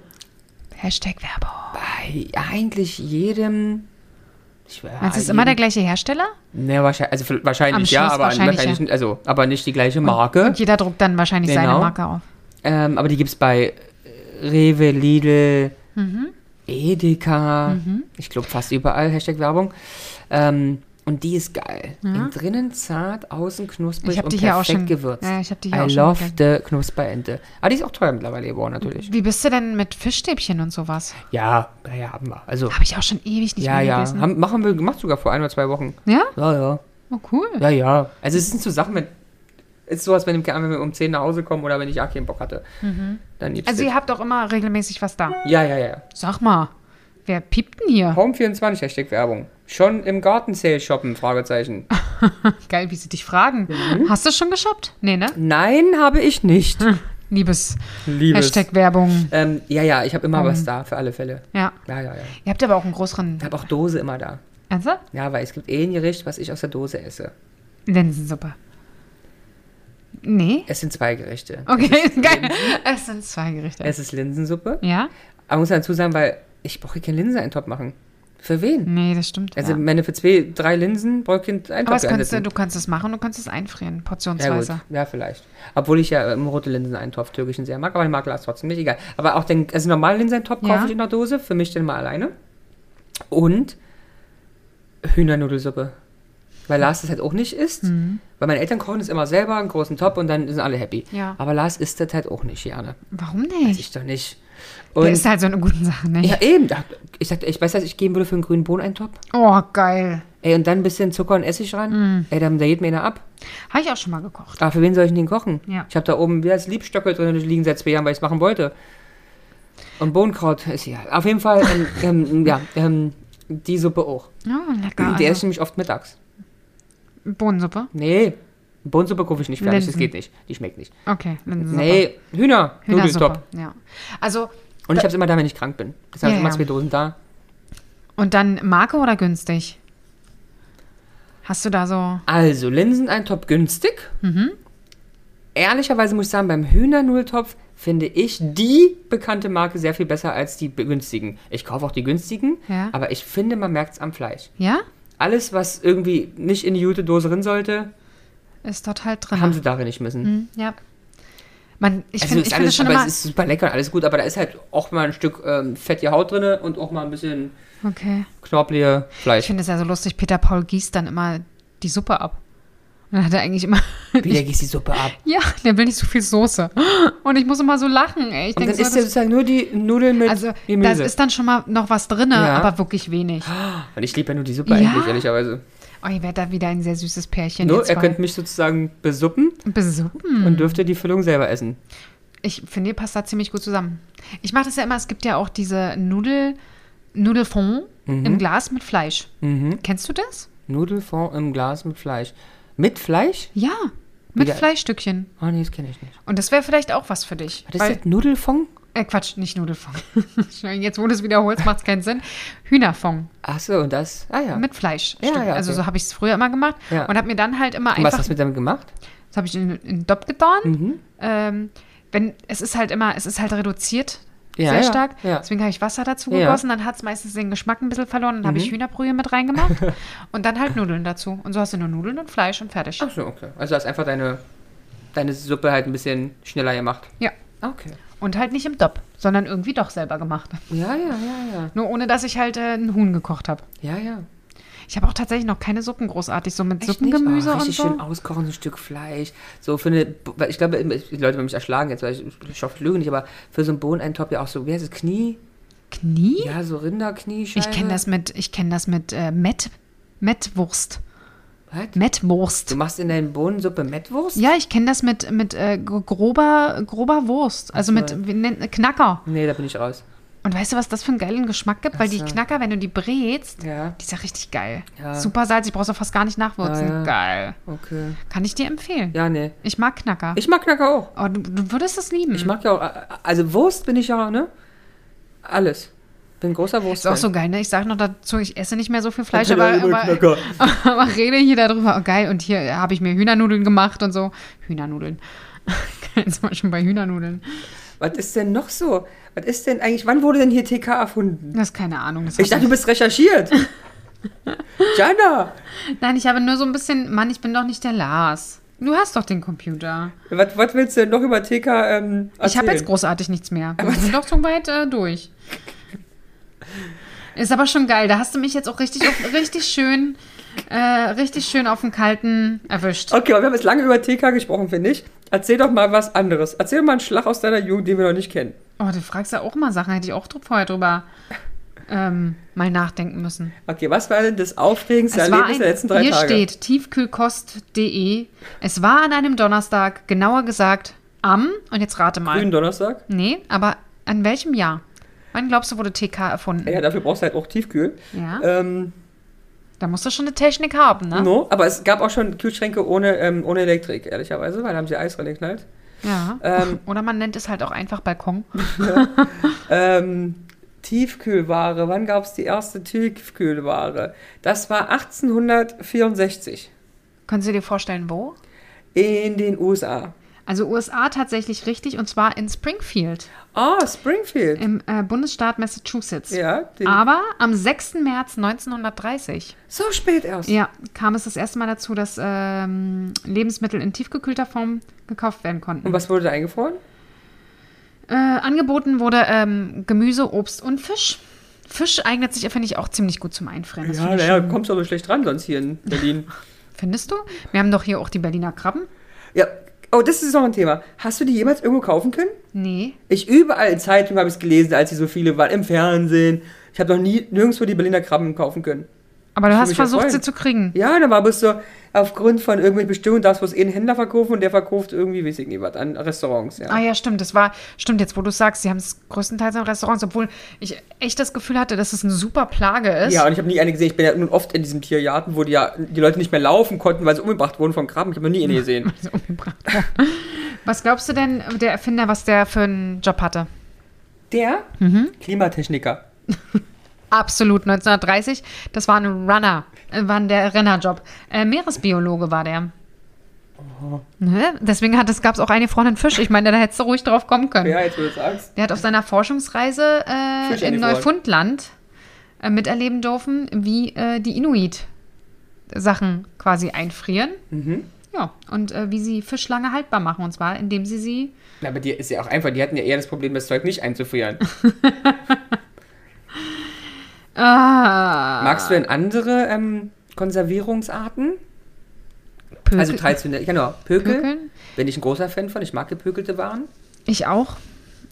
A: Hashtag Werbung.
B: bei eigentlich jedem. Ich weiß,
A: Also ist immer der gleiche Hersteller?
B: Ne, wahrscheinlich, also vielleicht-
A: Am
B: wahrscheinlich
A: Schluss
B: ja, aber
A: wahrscheinlich,
B: wahrscheinlich, nicht- also, aber nicht die gleiche Marke.
A: Und jeder druckt dann wahrscheinlich seine
B: Genau.
A: Marke auf.
B: Ähm, aber die gibt es bei äh, Rewe, Lidl,
A: Mhm.
B: Edeka, ich glaube fast überall, Hashtag Werbung. Ähm, und die ist geil. Innen drinnen zart, außen knusprig
A: Ich hab
B: und
A: die
B: perfekt
A: hier auch schon-
B: gewürzt.
A: ja, ich hab die hier
B: I
A: auch schon
B: love
A: gegessen.
B: the Knusperente. Aber die ist auch teuer mittlerweile geworden, natürlich.
A: Wie bist du denn mit Fischstäbchen und sowas?
B: Ja, naja, haben wir. Also,
A: Habe Mhm. ich auch schon ewig nicht
B: ja,
A: mehr
B: ja.
A: gegessen.
B: Haben, machen wir gemacht sogar vor ein oder zwei Wochen.
A: ja?
B: Ja, ja.
A: Oh, cool.
B: Ja, ja. Also es sind so Sachen, wenn. Es ist sowas, wenn, wenn wir um 10 nach Hause kommen oder wenn ich auch keinen Bock hatte. Dann liebst
A: Also
B: du.
A: ihr habt auch immer regelmäßig was da.
B: Ja, ja, ja.
A: Sag mal, wer piept denn hier?
B: Home24, Hashtag Werbung. Schon im Garten-Sale shoppen, Fragezeichen.
A: Geil, wie sie dich fragen.
B: Mhm.
A: Hast du schon geshoppt? Nee, ne?
B: Nein, habe ich nicht.
A: Liebes,
B: Liebes.
A: Hashtag Mhm. Werbung.
B: Ähm, ja, ja, ich habe immer was da, für alle Fälle.
A: Ja.
B: Ja, ja, ja.
A: Ihr habt aber auch einen größeren...
B: Ich habe auch Dose immer da.
A: Ernsthaft?
B: Ja, weil es gibt eh ein Gericht, was ich aus der Dose esse.
A: Linsensuppe. Nee?
B: Es sind zwei Gerichte.
A: Okay, geil. Es sind zwei Gerichte.
B: Es ist Linsensuppe.
A: Ja?
B: Aber muss dazu sagen, weil ich brauche keinen Linseneintopf machen. Für wen?
A: Nee, das stimmt.
B: Also,
A: ja.
B: wenn du für zwei, drei Linsen brauche ich keinen Eintopf
A: Aber es kannst du,
B: einsetzen.
A: du kannst es machen, du kannst es einfrieren,
B: Ja,
A: portionsweise.
B: gut. ja, vielleicht. Obwohl ich ja ähm, rote Linseneintopf türkischen sehr mag, aber den mag Lars trotzdem nicht, egal. Aber auch den, also normalen Linseneintopf
A: Ja.
B: kaufe ich in der Dose, für mich den mal alleine. Und Hühnernudelsuppe. Weil Lars das halt auch nicht isst.
A: Mhm.
B: Weil meine Eltern kochen das immer selber, einen großen Topf und dann sind alle happy.
A: Ja.
B: Aber Lars isst das halt auch nicht gerne.
A: Warum nicht?
B: Also, Ich doch nicht.
A: Der
B: Und
A: ist halt so eine guten Sache, nicht?
B: ja, eben. da- Ich sagte, ich weiß, was ich geben würde für einen grünen Bohneneintopf.
A: Oh, geil.
B: Ey, und dann ein bisschen Zucker und Essig
A: Mhm.
B: rein. Ey, dann, da geht mir einer ab.
A: Habe ich auch schon mal gekocht.
B: Aber Ah, für wen soll ich denn den kochen?
A: Ja.
B: Ich habe da oben wieder das Liebstöckel drin liegen seit zwei Jahren, weil ich es machen wollte. Und Bohnenkraut ist hier. Auf jeden Fall, ähm, ähm, ja, ähm, die Suppe auch.
A: Oh, lecker.
B: Die esse ich
A: also,
B: nämlich oft mittags.
A: Bohnensuppe?
B: Nee, Bohnensuppe kaufe ich nicht fertig, das
A: Linsen.
B: geht nicht. Die schmeckt nicht.
A: Okay, Linsensuppe.
B: Nee, Hühner, Nudeltopf.
A: Hühnersuppe. Ja. Also,
B: Und ich habe es immer da, wenn ich krank bin. Das habe ich
A: Ja,
B: immer
A: ja.
B: zwei Dosen da.
A: und dann Marke oder günstig? Hast du da so.
B: Also, Linseneintopf günstig.
A: Mhm.
B: Ehrlicherweise muss ich sagen, beim Hühnernudeltopf finde ich die bekannte Marke sehr viel besser als die günstigen. Ich kaufe auch die günstigen,
A: Ja.
B: aber ich finde, man merkt es am Fleisch.
A: Ja?
B: Alles, was irgendwie nicht in die gute Dose drin sollte,
A: Ist dort halt drin.
B: haben sie darin nicht müssen.
A: Hm, ja. Man, ich
B: Also
A: finde
B: ist
A: ich finde
B: alles,
A: schon
B: aber
A: immer.
B: es ist super lecker und alles gut, aber da ist halt auch mal ein Stück ähm, fettige Haut drin und auch mal ein bisschen
A: okay.
B: knorpelige
A: Ich
B: Fleisch.
A: finde es ja so lustig, Peter Paul gießt dann immer die Suppe ab. Dann hat er eigentlich immer.
B: Wieder gießt die Suppe ab.
A: ja, der will nicht so viel Soße. Und ich muss immer so lachen, ey. Ich
B: Und dann
A: denke so,
B: isst er
A: das,
B: sozusagen nur die Nudeln mit
A: also, da
B: Gemüse.
A: ist dann schon mal noch was drin,
B: Ja.
A: aber wirklich wenig.
B: Und ich liebe ja nur die Suppe
A: Ja.
B: eigentlich, ehrlicherweise.
A: Oh, ihr werdet da wieder ein sehr süßes Pärchen.
B: Nur,
A: ihr
B: er
A: zwei. Hm.
B: könnte mich sozusagen besuppen
A: Besuchen.
B: und dürfte die Füllung selber essen.
A: Ich finde, ihr passt da ziemlich gut zusammen. Ich mache das ja immer, es gibt ja auch diese Nudel, Nudelfond
B: Mhm.
A: im Glas mit Fleisch. Kennst du das?
B: Nudelfond im Glas mit Fleisch. Mit Fleisch?
A: Ja, mit
B: Ja.
A: Fleischstückchen.
B: Oh nee, das kenne ich nicht.
A: Und das wäre vielleicht auch was für dich.
B: Was
A: weil,
B: ist das? Nudelfond?
A: Äh, Quatsch, nicht Nudelfond. Jetzt, wo du es wiederholst, macht es keinen Sinn. Hühnerfond
B: Achso, und das? Ah ja.
A: mit Fleisch.
B: Ja, ja,
A: Also
B: okay.
A: so habe ich es früher immer gemacht
B: Ja.
A: und habe mir dann halt immer
B: und was
A: einfach,
B: hast du damit gemacht?
A: das habe ich in, in Dopp getan.
B: Mhm.
A: Ähm, wenn, es ist halt immer, es ist halt reduziert
B: Ja,
A: sehr
B: ja,
A: stark.
B: ja.
A: Deswegen habe ich Wasser dazu
B: Ja. Mhm.
A: gegossen, dann hat es meistens den Geschmack ein bisschen verloren. Dann habe ich Hühnerbrühe mit reingemacht und dann halt Nudeln dazu. Und so hast du nur Nudeln und Fleisch und fertig.
B: Achso, okay. Also hast einfach deine, deine Suppe halt ein bisschen schneller gemacht.
A: Ja.
B: Okay.
A: Und halt nicht im Dopp, sondern irgendwie doch selber gemacht.
B: Ja, ja, ja, ja.
A: Nur ohne, dass ich halt äh, ein Huhn gekocht habe.
B: Ja, ja.
A: Ich habe auch tatsächlich noch keine Suppen großartig, so mit
B: Echt nicht?
A: Suppengemüse
B: oh,
A: und
B: richtig
A: so.
B: schön auskochen, ein Stück Fleisch. So für eine, weil ich glaube, die Leute werden mich erschlagen jetzt, weil ich, ich hoffe, ich lüge nicht, aber für so einen Bohneneintopf ja auch so, wie heißt es, Knie?
A: Knie?
B: Ja, so Rinderkniescheibe.
A: ich kenne das mit, ich kenne das mit äh, Met, Mettwurst.
B: Was? Du
A: Mettwurst.
B: machst in deinen Bohnensuppe Mettwurst?
A: Ja, ich kenne das mit, mit äh, gro- grober, grober Wurst. Also mit wie nennt, Knacker.
B: Nee, da bin ich raus.
A: Und weißt du, was das für einen geilen Geschmack gibt? Weil die Knacker, wenn du die brätst,
B: Ja.
A: die ist ja richtig geil.
B: Ja.
A: Super salzig, brauchst du fast gar nicht nachwürzen.
B: Ja, ja.
A: Geil.
B: Okay.
A: Kann ich dir empfehlen.
B: Ja, nee.
A: Ich mag Knacker.
B: Ich mag Knacker auch.
A: oh, du, du würdest es lieben.
B: Ich mag ja auch, also Wurst bin ich ja, ne? Alles. Bin großer Wurst.
A: ist auch so geil, ne? Ich sage noch dazu, ich esse nicht mehr so viel Fleisch, aber, aber,
B: Knacker.
A: aber rede hier darüber. Oh, geil. Und hier habe ich mir Hühnernudeln gemacht und so. Hühnernudeln. Jetzt sind wir schon bei Hühnernudeln.
B: Was ist denn noch so? Was ist denn eigentlich, wann wurde denn hier TK erfunden?
A: Das ist keine Ahnung. Das
B: Ich
A: hab
B: dachte, du bist recherchiert. Jana,
A: Nein, ich habe nur so ein bisschen. Mann, ich bin doch nicht der Lars. Du hast doch den Computer.
B: was, was willst du denn noch über TK ähm, erzählen?
A: Ich habe jetzt großartig nichts mehr. Wir sind doch so weit äh, durch. Ist aber schon geil. Da hast du mich jetzt auch richtig, auf, richtig schön, äh, richtig schön auf den kalten erwischt.
B: Okay, aber wir haben jetzt lange über TK gesprochen, finde ich. Erzähl doch mal was anderes. Erzähl mal einen Schlag aus deiner Jugend, den wir noch nicht kennen.
A: Oh, du fragst ja auch mal Sachen. Hätte ich auch dr- vorher drüber ähm, mal nachdenken müssen.
B: Okay, was war denn das aufregendste Erlebnis der letzten drei
A: hier
B: Tage?
A: steht tiefkühlkost.de. Es war an einem Donnerstag, genauer gesagt am, und jetzt rate mal.
B: Grünen Donnerstag.
A: Nee, aber an welchem Jahr? Wann glaubst du, wurde TK erfunden?
B: Ja, dafür brauchst du halt auch Tiefkühl.
A: Ja.
B: Ähm,
A: Da musst du schon eine Technik haben, ne?
B: no, aber es gab auch schon Kühlschränke ohne, ähm, ohne Elektrik, ehrlicherweise, weil da haben sie Eis reingeknallt.
A: Ja.
B: Ähm.
A: Oder man nennt es halt auch einfach Balkon.
B: Ähm, Tiefkühlware, wann gab es die erste Tiefkühlware? Das war 1864
A: Können Sie dir vorstellen, wo?
B: in den USA.
A: Also USA tatsächlich richtig und zwar in Springfield
B: Ah, Springfield.
A: im äh, Bundesstaat Massachusetts.
B: Ja, den,
A: Aber am 6. März 1930
B: so spät erst.
A: ja, kam es das erste Mal dazu, dass ähm, Lebensmittel in tiefgekühlter Form gekauft werden konnten.
B: Und was wurde da eingefroren?
A: Äh, angeboten wurde ähm, Gemüse, Obst und Fisch. Fisch eignet sich, finde ich, auch ziemlich gut zum Einfrieren. Das
B: Ja,
A: finde ich
B: naja,
A: schon-
B: kommst du aber schlecht ran sonst hier in Berlin.
A: Findest du? Wir haben doch hier auch die Berliner Krabben.
B: ja, oh, das ist noch ein Thema. Hast du die jemals irgendwo kaufen können?
A: Nee,
B: Ich überall in Zeitungen habe ich es gelesen, als sie so viele waren, im Fernsehen. Ich habe noch nie nirgendwo die Berliner Krabben kaufen können.
A: aber du
B: Ich
A: hast
B: würde mich ja
A: versucht, sie
B: freuen.
A: zu kriegen.
B: Ja, dann war bloß so, aufgrund von irgendwelchen Bestimmungen darfst du es eh einen Händler verkaufen und der verkauft irgendwie, weiß ich nicht, was an Restaurants. Ja.
A: Ah ja, stimmt. Das war, stimmt, jetzt wo du es sagst, sie haben es größtenteils in Restaurants, obwohl ich echt das Gefühl hatte, dass es eine super Plage ist.
B: Ja, und ich habe nie eine gesehen. Ich bin ja nun oft in diesem Tiergarten, wo die, ja, die Leute nicht mehr laufen konnten, weil sie umgebracht wurden von Krabben. Ich habe noch nie eine gesehen.
A: Also umgebracht. was glaubst du denn, der Erfinder, was der für einen Job hatte?
B: Der Klimatechniker.
A: Absolut, 1930. Das war ein Runner, äh, war ein der Rennerjob. Äh, Meeresbiologe war der. Ne? Deswegen hat es gab es auch eingefrorenen Fisch. Ich meine, da hättest du ruhig drauf kommen können.
B: Ja, jetzt wo du sagst.
A: Der hat auf seiner Forschungsreise
B: Fisch
A: äh, in
B: eingefroren.
A: Neufundland äh, miterleben dürfen, wie äh, die Inuit Sachen quasi einfrieren.
B: Mhm.
A: Ja, und äh, wie sie Fisch lange haltbar machen. Und zwar, indem sie sie.
B: Na, aber die ist ja auch einfach, die hatten ja eher das Problem, das Zeug nicht einzufrieren.
A: Ah, äh,
B: Also
A: Ah.
B: Magst du denn andere ähm, Konservierungsarten?
A: Pökel.
B: Also traditionell, genau. Pökel.
A: Pökeln?
B: Bin ich ein großer Fan von. Ich mag gepökelte Waren.
A: ich auch.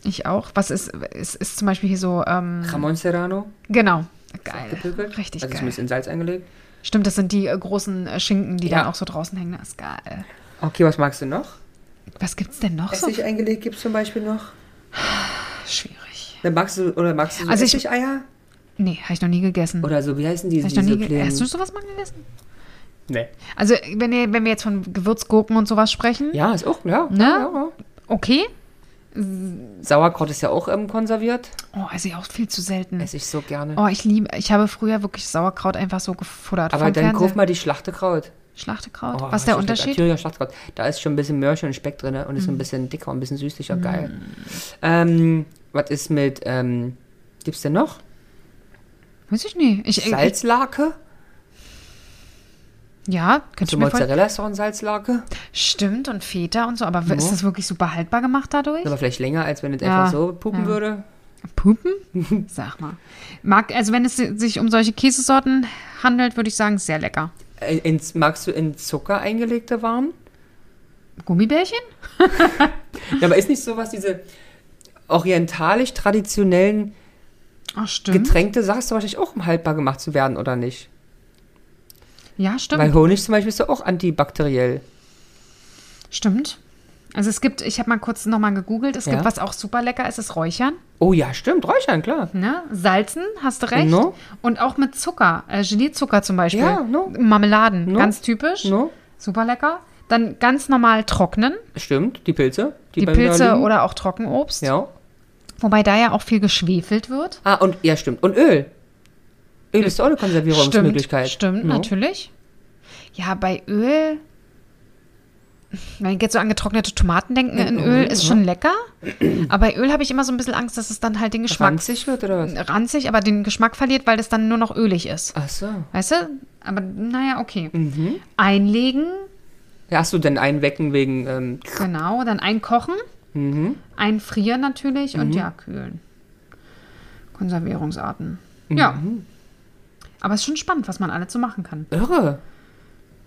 A: Ich auch. Was ist, ist, ist zum Beispiel hier so, ähm,
B: Ramon Serrano,
A: genau. Geil.
B: gepökelt.
A: Richtig
B: also
A: geil.
B: zumindest in Salz eingelegt.
A: Stimmt, das sind die äh, großen äh, Schinken, die
B: Ja.
A: dann auch so draußen hängen. Das ist geil.
B: Okay, was magst du noch?
A: Was gibt's denn noch so?
B: Essig eingelegt gibt es zum Beispiel noch.
A: Schwierig.
B: Dann magst du, oder magst du so
A: Also ich-
B: Essig-Eier?
A: Nee, habe ich noch nie gegessen.
B: Oder so, wie heißen die,
A: hab ich noch nie
B: diese
A: ge
B: kleinen?
A: Hast du sowas mal gegessen?
B: Nee.
A: Also, wenn, ihr, wenn wir jetzt von Gewürzgurken und sowas sprechen,
B: Ja, ist auch, ja.
A: Ne?
B: ja, ja.
A: okay.
B: Sauerkraut ist ja auch ähm, konserviert.
A: Oh, esse ich auch viel zu selten.
B: Esse ich so gerne.
A: Oh, ich liebe, ich habe früher wirklich Sauerkraut einfach so gefuttert.
B: Aber
A: vom
B: dann kauf
A: Fernseher.
B: mal die Schlachtekraut.
A: Schlachtekraut.
B: Oh,
A: Was ist der
B: so schmeckt
A: Unterschied? Hm.
B: Thüringer Schlachtekraut. Da ist schon ein bisschen Möhrchen und Speck drin und ist ein bisschen dicker und ein bisschen süßlicher. Geil. Ähm, was ist mit, ähm, gibt's denn noch?
A: Weiß ich nicht. Ich, ich,
B: Salzlake?
A: ja, könnte
B: So
A: ich mir vorstellen.
B: Mozzarella ist doch ein Salzlake.
A: Stimmt, und Feta und so. Aber ist das wirklich super haltbar gemacht dadurch?
B: Aber vielleicht länger, als wenn es
A: Ja.
B: einfach so pupen
A: Ja.
B: würde.
A: Pupen? Sag mal. Mag, also wenn es sich um solche Käsesorten handelt, würde ich sagen, sehr lecker.
B: Äh, Ins, magst du in Zucker eingelegte Waren?
A: Gummibärchen?
B: Ja, aber ist nicht sowas, diese orientalisch-traditionellen
A: Mhm. Ach, stimmt.
B: Getränkte Sachen ist zum Beispiel auch um haltbar gemacht zu werden, oder nicht?
A: ja, stimmt.
B: Weil Honig zum Beispiel ist ja auch antibakteriell.
A: Stimmt. Also es gibt, ich habe mal kurz nochmal gegoogelt, es gibt
B: Ja.
A: was auch super lecker ist, ist Räuchern.
B: Oh ja, stimmt, Räuchern, klar.
A: Ne? Salzen, hast du recht.
B: No.
A: Und auch mit Zucker, äh, Gelierzucker zum Beispiel.
B: Ja, no.
A: Marmeladen,
B: No.
A: ganz typisch.
B: No?
A: Super lecker. Dann ganz normal trocknen,
B: Stimmt, die Pilze.
A: die
B: bei mir da
A: Pilze
B: liegen.
A: oder auch Trockenobst.
B: Ja.
A: Wobei da ja auch viel geschwefelt wird.
B: Ah, und ja, stimmt. Und Öl. Öl ist auch eine Konservierungsmöglichkeit.
A: stimmt,
B: No?
A: natürlich. Ja, bei Öl, wenn ich jetzt so an getrocknete Tomaten denken, in Öl ist schon lecker. Aber bei Öl habe ich immer so ein bisschen Angst, dass es dann halt den Geschmack
B: Schwanzig wird oder was?
A: ranzig, aber den Geschmack verliert, weil das dann nur noch ölig ist.
B: Ach so.
A: Weißt du? Aber naja, okay. Einlegen,
B: Ja, hast du denn einen Wecken wegen. Ähm,
A: genau, dann einkochen, einfrieren natürlich und ja, kühlen. Konservierungsarten. Ja. Aber es ist schon spannend, was man alles so machen kann.
B: irre.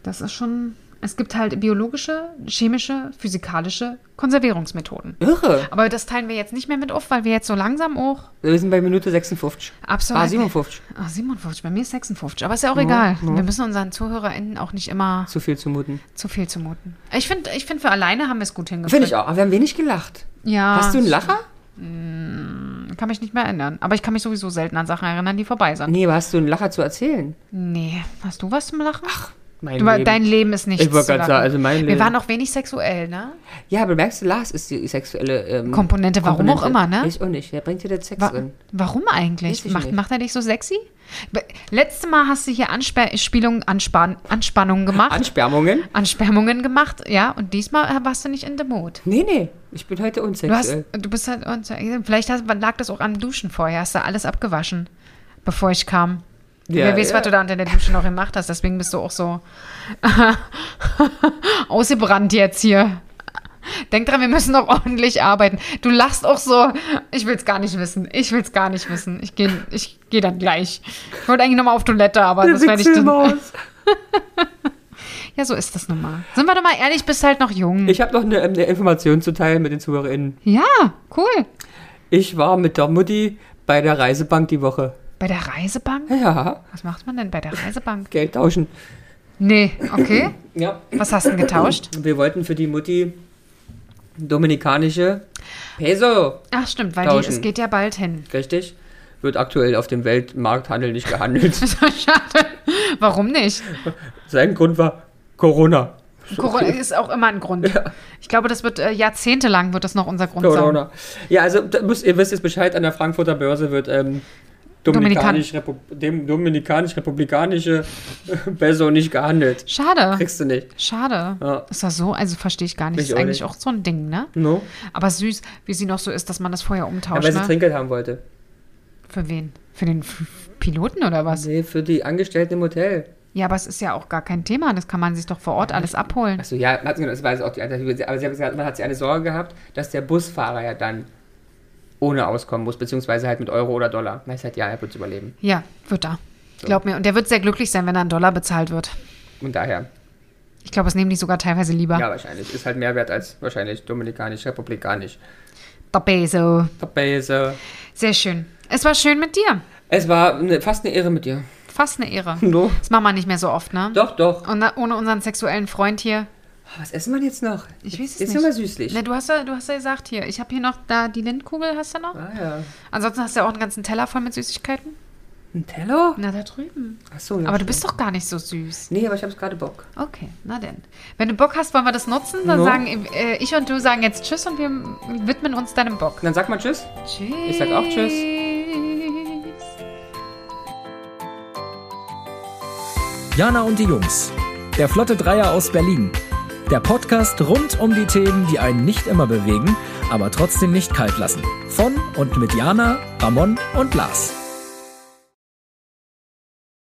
A: Das ist schon. Es gibt halt biologische, chemische, physikalische Konservierungsmethoden.
B: Irre.
A: Aber das teilen wir jetzt nicht mehr mit auf, weil wir jetzt so langsam auch
B: Wir sind bei Minute 56.
A: absolut.
B: Ah, 57.
A: Ah, 57, bei mir ist 56, aber ist ja auch egal. Wir müssen unseren ZuhörerInnen auch nicht immer
B: Zu viel zumuten.
A: zu viel zumuten. Ich finde, ich find, für alleine haben wir es gut hingekriegt.
B: Finde ich auch. Aber wir haben wenig gelacht.
A: Ja,
B: Hast du einen Lacher?
A: kann mich nicht mehr erinnern. Aber ich kann mich sowieso selten an Sachen erinnern, die vorbei sind.
B: Nee, aber hast du einen Lacher zu erzählen?
A: Nee, hast du was zum Lachen? Ach,
B: Mein
A: Über
B: Leben.
A: dein Leben ist nichts
B: Ich wollte
A: zu
B: gerade
A: lachen.
B: sagen, also mein
A: Wir
B: Leben-
A: waren auch wenig sexuell, ne?
B: Ja, aber merkst du, Lars ist die sexuelle ähm,
A: Komponente, warum auch immer, ne?
B: Ich auch nicht. Der bringt dir den Sex
A: Wa
B: in.
A: warum
B: Weiß
A: eigentlich?
B: ich
A: Macht,
B: nicht.
A: macht er dich so sexy? Be- Letzte Mal hast du hier Anspielungen, Anspan Anspannungen gemacht.
B: Anspermungen?
A: Anspärmungen gemacht, ja, und diesmal warst du nicht in dem Mut.
B: Nee, nee. Ich bin heute
A: Du, hast,
B: unsexuell.
A: du bist halt, und vielleicht hast, lag das auch am Duschen vorher, hast du alles abgewaschen, bevor ich kam.
B: Ja,
A: Wer weiß,
B: ja.
A: was du da unter der Dusche noch gemacht hast, deswegen bist du auch so ausgebrannt jetzt hier. Denk dran, wir müssen noch ordentlich arbeiten. Du lachst auch so, ich will's gar nicht wissen, ich will's gar nicht wissen. Ich gehe ich geh dann gleich. Ich wollte eigentlich nochmal auf Toilette, aber das werde ich dann.
B: Pixelmaus.
A: Ja, so ist das nun mal. Sind wir doch mal ehrlich, bist halt noch jung.
B: Ich habe noch eine, ähm, eine Information zu teilen mit den ZuhörerInnen.
A: ja, cool.
B: Ich war mit der Mutti bei der Reisebank die Woche.
A: Bei der Reisebank?
B: Ja,
A: Was macht man denn bei der Reisebank?
B: Geld tauschen.
A: Nee, okay.
B: Ja.
A: Was hast du denn getauscht?
B: Wir wollten für die Mutti dominikanische Peso,
A: Ach stimmt, weil die,
B: Tauschen.
A: es geht ja bald hin.
B: richtig? Wird aktuell auf dem Weltmarkthandel nicht gehandelt.
A: Schade. Warum nicht?
B: Sein Grund war Corona.
A: Corona ist auch immer ein Grund. Ich glaube, das wird äh, jahrzehntelang wird das noch unser Grund sein.
B: Corona. Ja, also da müsst, ihr wisst jetzt Bescheid, an der Frankfurter Börse wird ähm,
A: Dominikan-
B: Dominikanisch-Repu- dem dominikanisch-republikanische Peso nicht gehandelt.
A: Schade.
B: Kriegst du nicht.
A: Schade.
B: Ja.
A: Ist das so? Also verstehe ich gar nicht.
B: Ich
A: ist
B: auch
A: eigentlich
B: nicht.
A: auch so ein Ding, ne?
B: No?
A: Aber süß, wie sie noch so ist, dass man das vorher
B: Ja,
A: umtauscht.
B: weil sie
A: ne?
B: Trinkgeld haben wollte.
A: Für wen? Für den F- F- Piloten oder was?
B: Nee, für die Angestellten im Hotel.
A: Ja, aber es ist ja auch gar kein Thema. Das kann man sich doch vor Ort alles abholen.
B: Achso, ja, hat sie, das war jetzt auch die Alternative. Aber sie hat gesagt, man hat sie eine Sorge gehabt, dass der Busfahrer ja dann ohne auskommen muss, beziehungsweise halt mit Euro oder Dollar. Na, ich sagte, ja, er wird überleben.
A: Ja, wird er. Glaub mir. Und der wird sehr glücklich sein, wenn er in Dollar bezahlt wird.
B: Und daher.
A: Ich glaube, das nehmen die sogar teilweise lieber.
B: Ja, wahrscheinlich. Ist halt mehr wert als wahrscheinlich dominikanisch, republikanisch.
A: Der Beso.
B: Der Base.
A: Sehr schön. Es war schön mit dir.
B: Es war eine, fast eine Ehre mit dir.
A: Fast eine Ehre.
B: No.
A: Das machen wir nicht mehr so oft, ne?
B: Doch, doch. Ah,
A: Und na- ohne unseren sexuellen Freund hier.
B: Was essen wir denn jetzt noch?
A: Ich weiß
B: Jetzt
A: es nicht.
B: sind wir süßlich.
A: Ne, du hast ja, du hast ja gesagt hier. Ich habe hier noch da die Lindkugel, hast du noch?
B: Ah ja.
A: Ansonsten hast du ja auch einen ganzen Teller voll mit Süßigkeiten.
B: Ein Teller?
A: Na, da drüben.
B: Achso, ja.
A: Aber du bist doch gar nicht so süß.
B: Nee, aber ich hab's gerade Bock.
A: Okay, na denn. Wenn du Bock hast, wollen wir das nutzen. Dann
B: No.
A: sagen äh, ich und du sagen jetzt Tschüss und wir widmen uns deinem Bock.
B: Dann sag mal Tschüss.
A: Tschüss.
B: Ich sag auch Tschüss.
C: Jana und die Jungs. Der Flotte Dreier aus Berlin. Der Podcast rund um die Themen, die einen nicht immer bewegen, aber trotzdem nicht kalt lassen. Von und mit Jana, Ramon und Lars.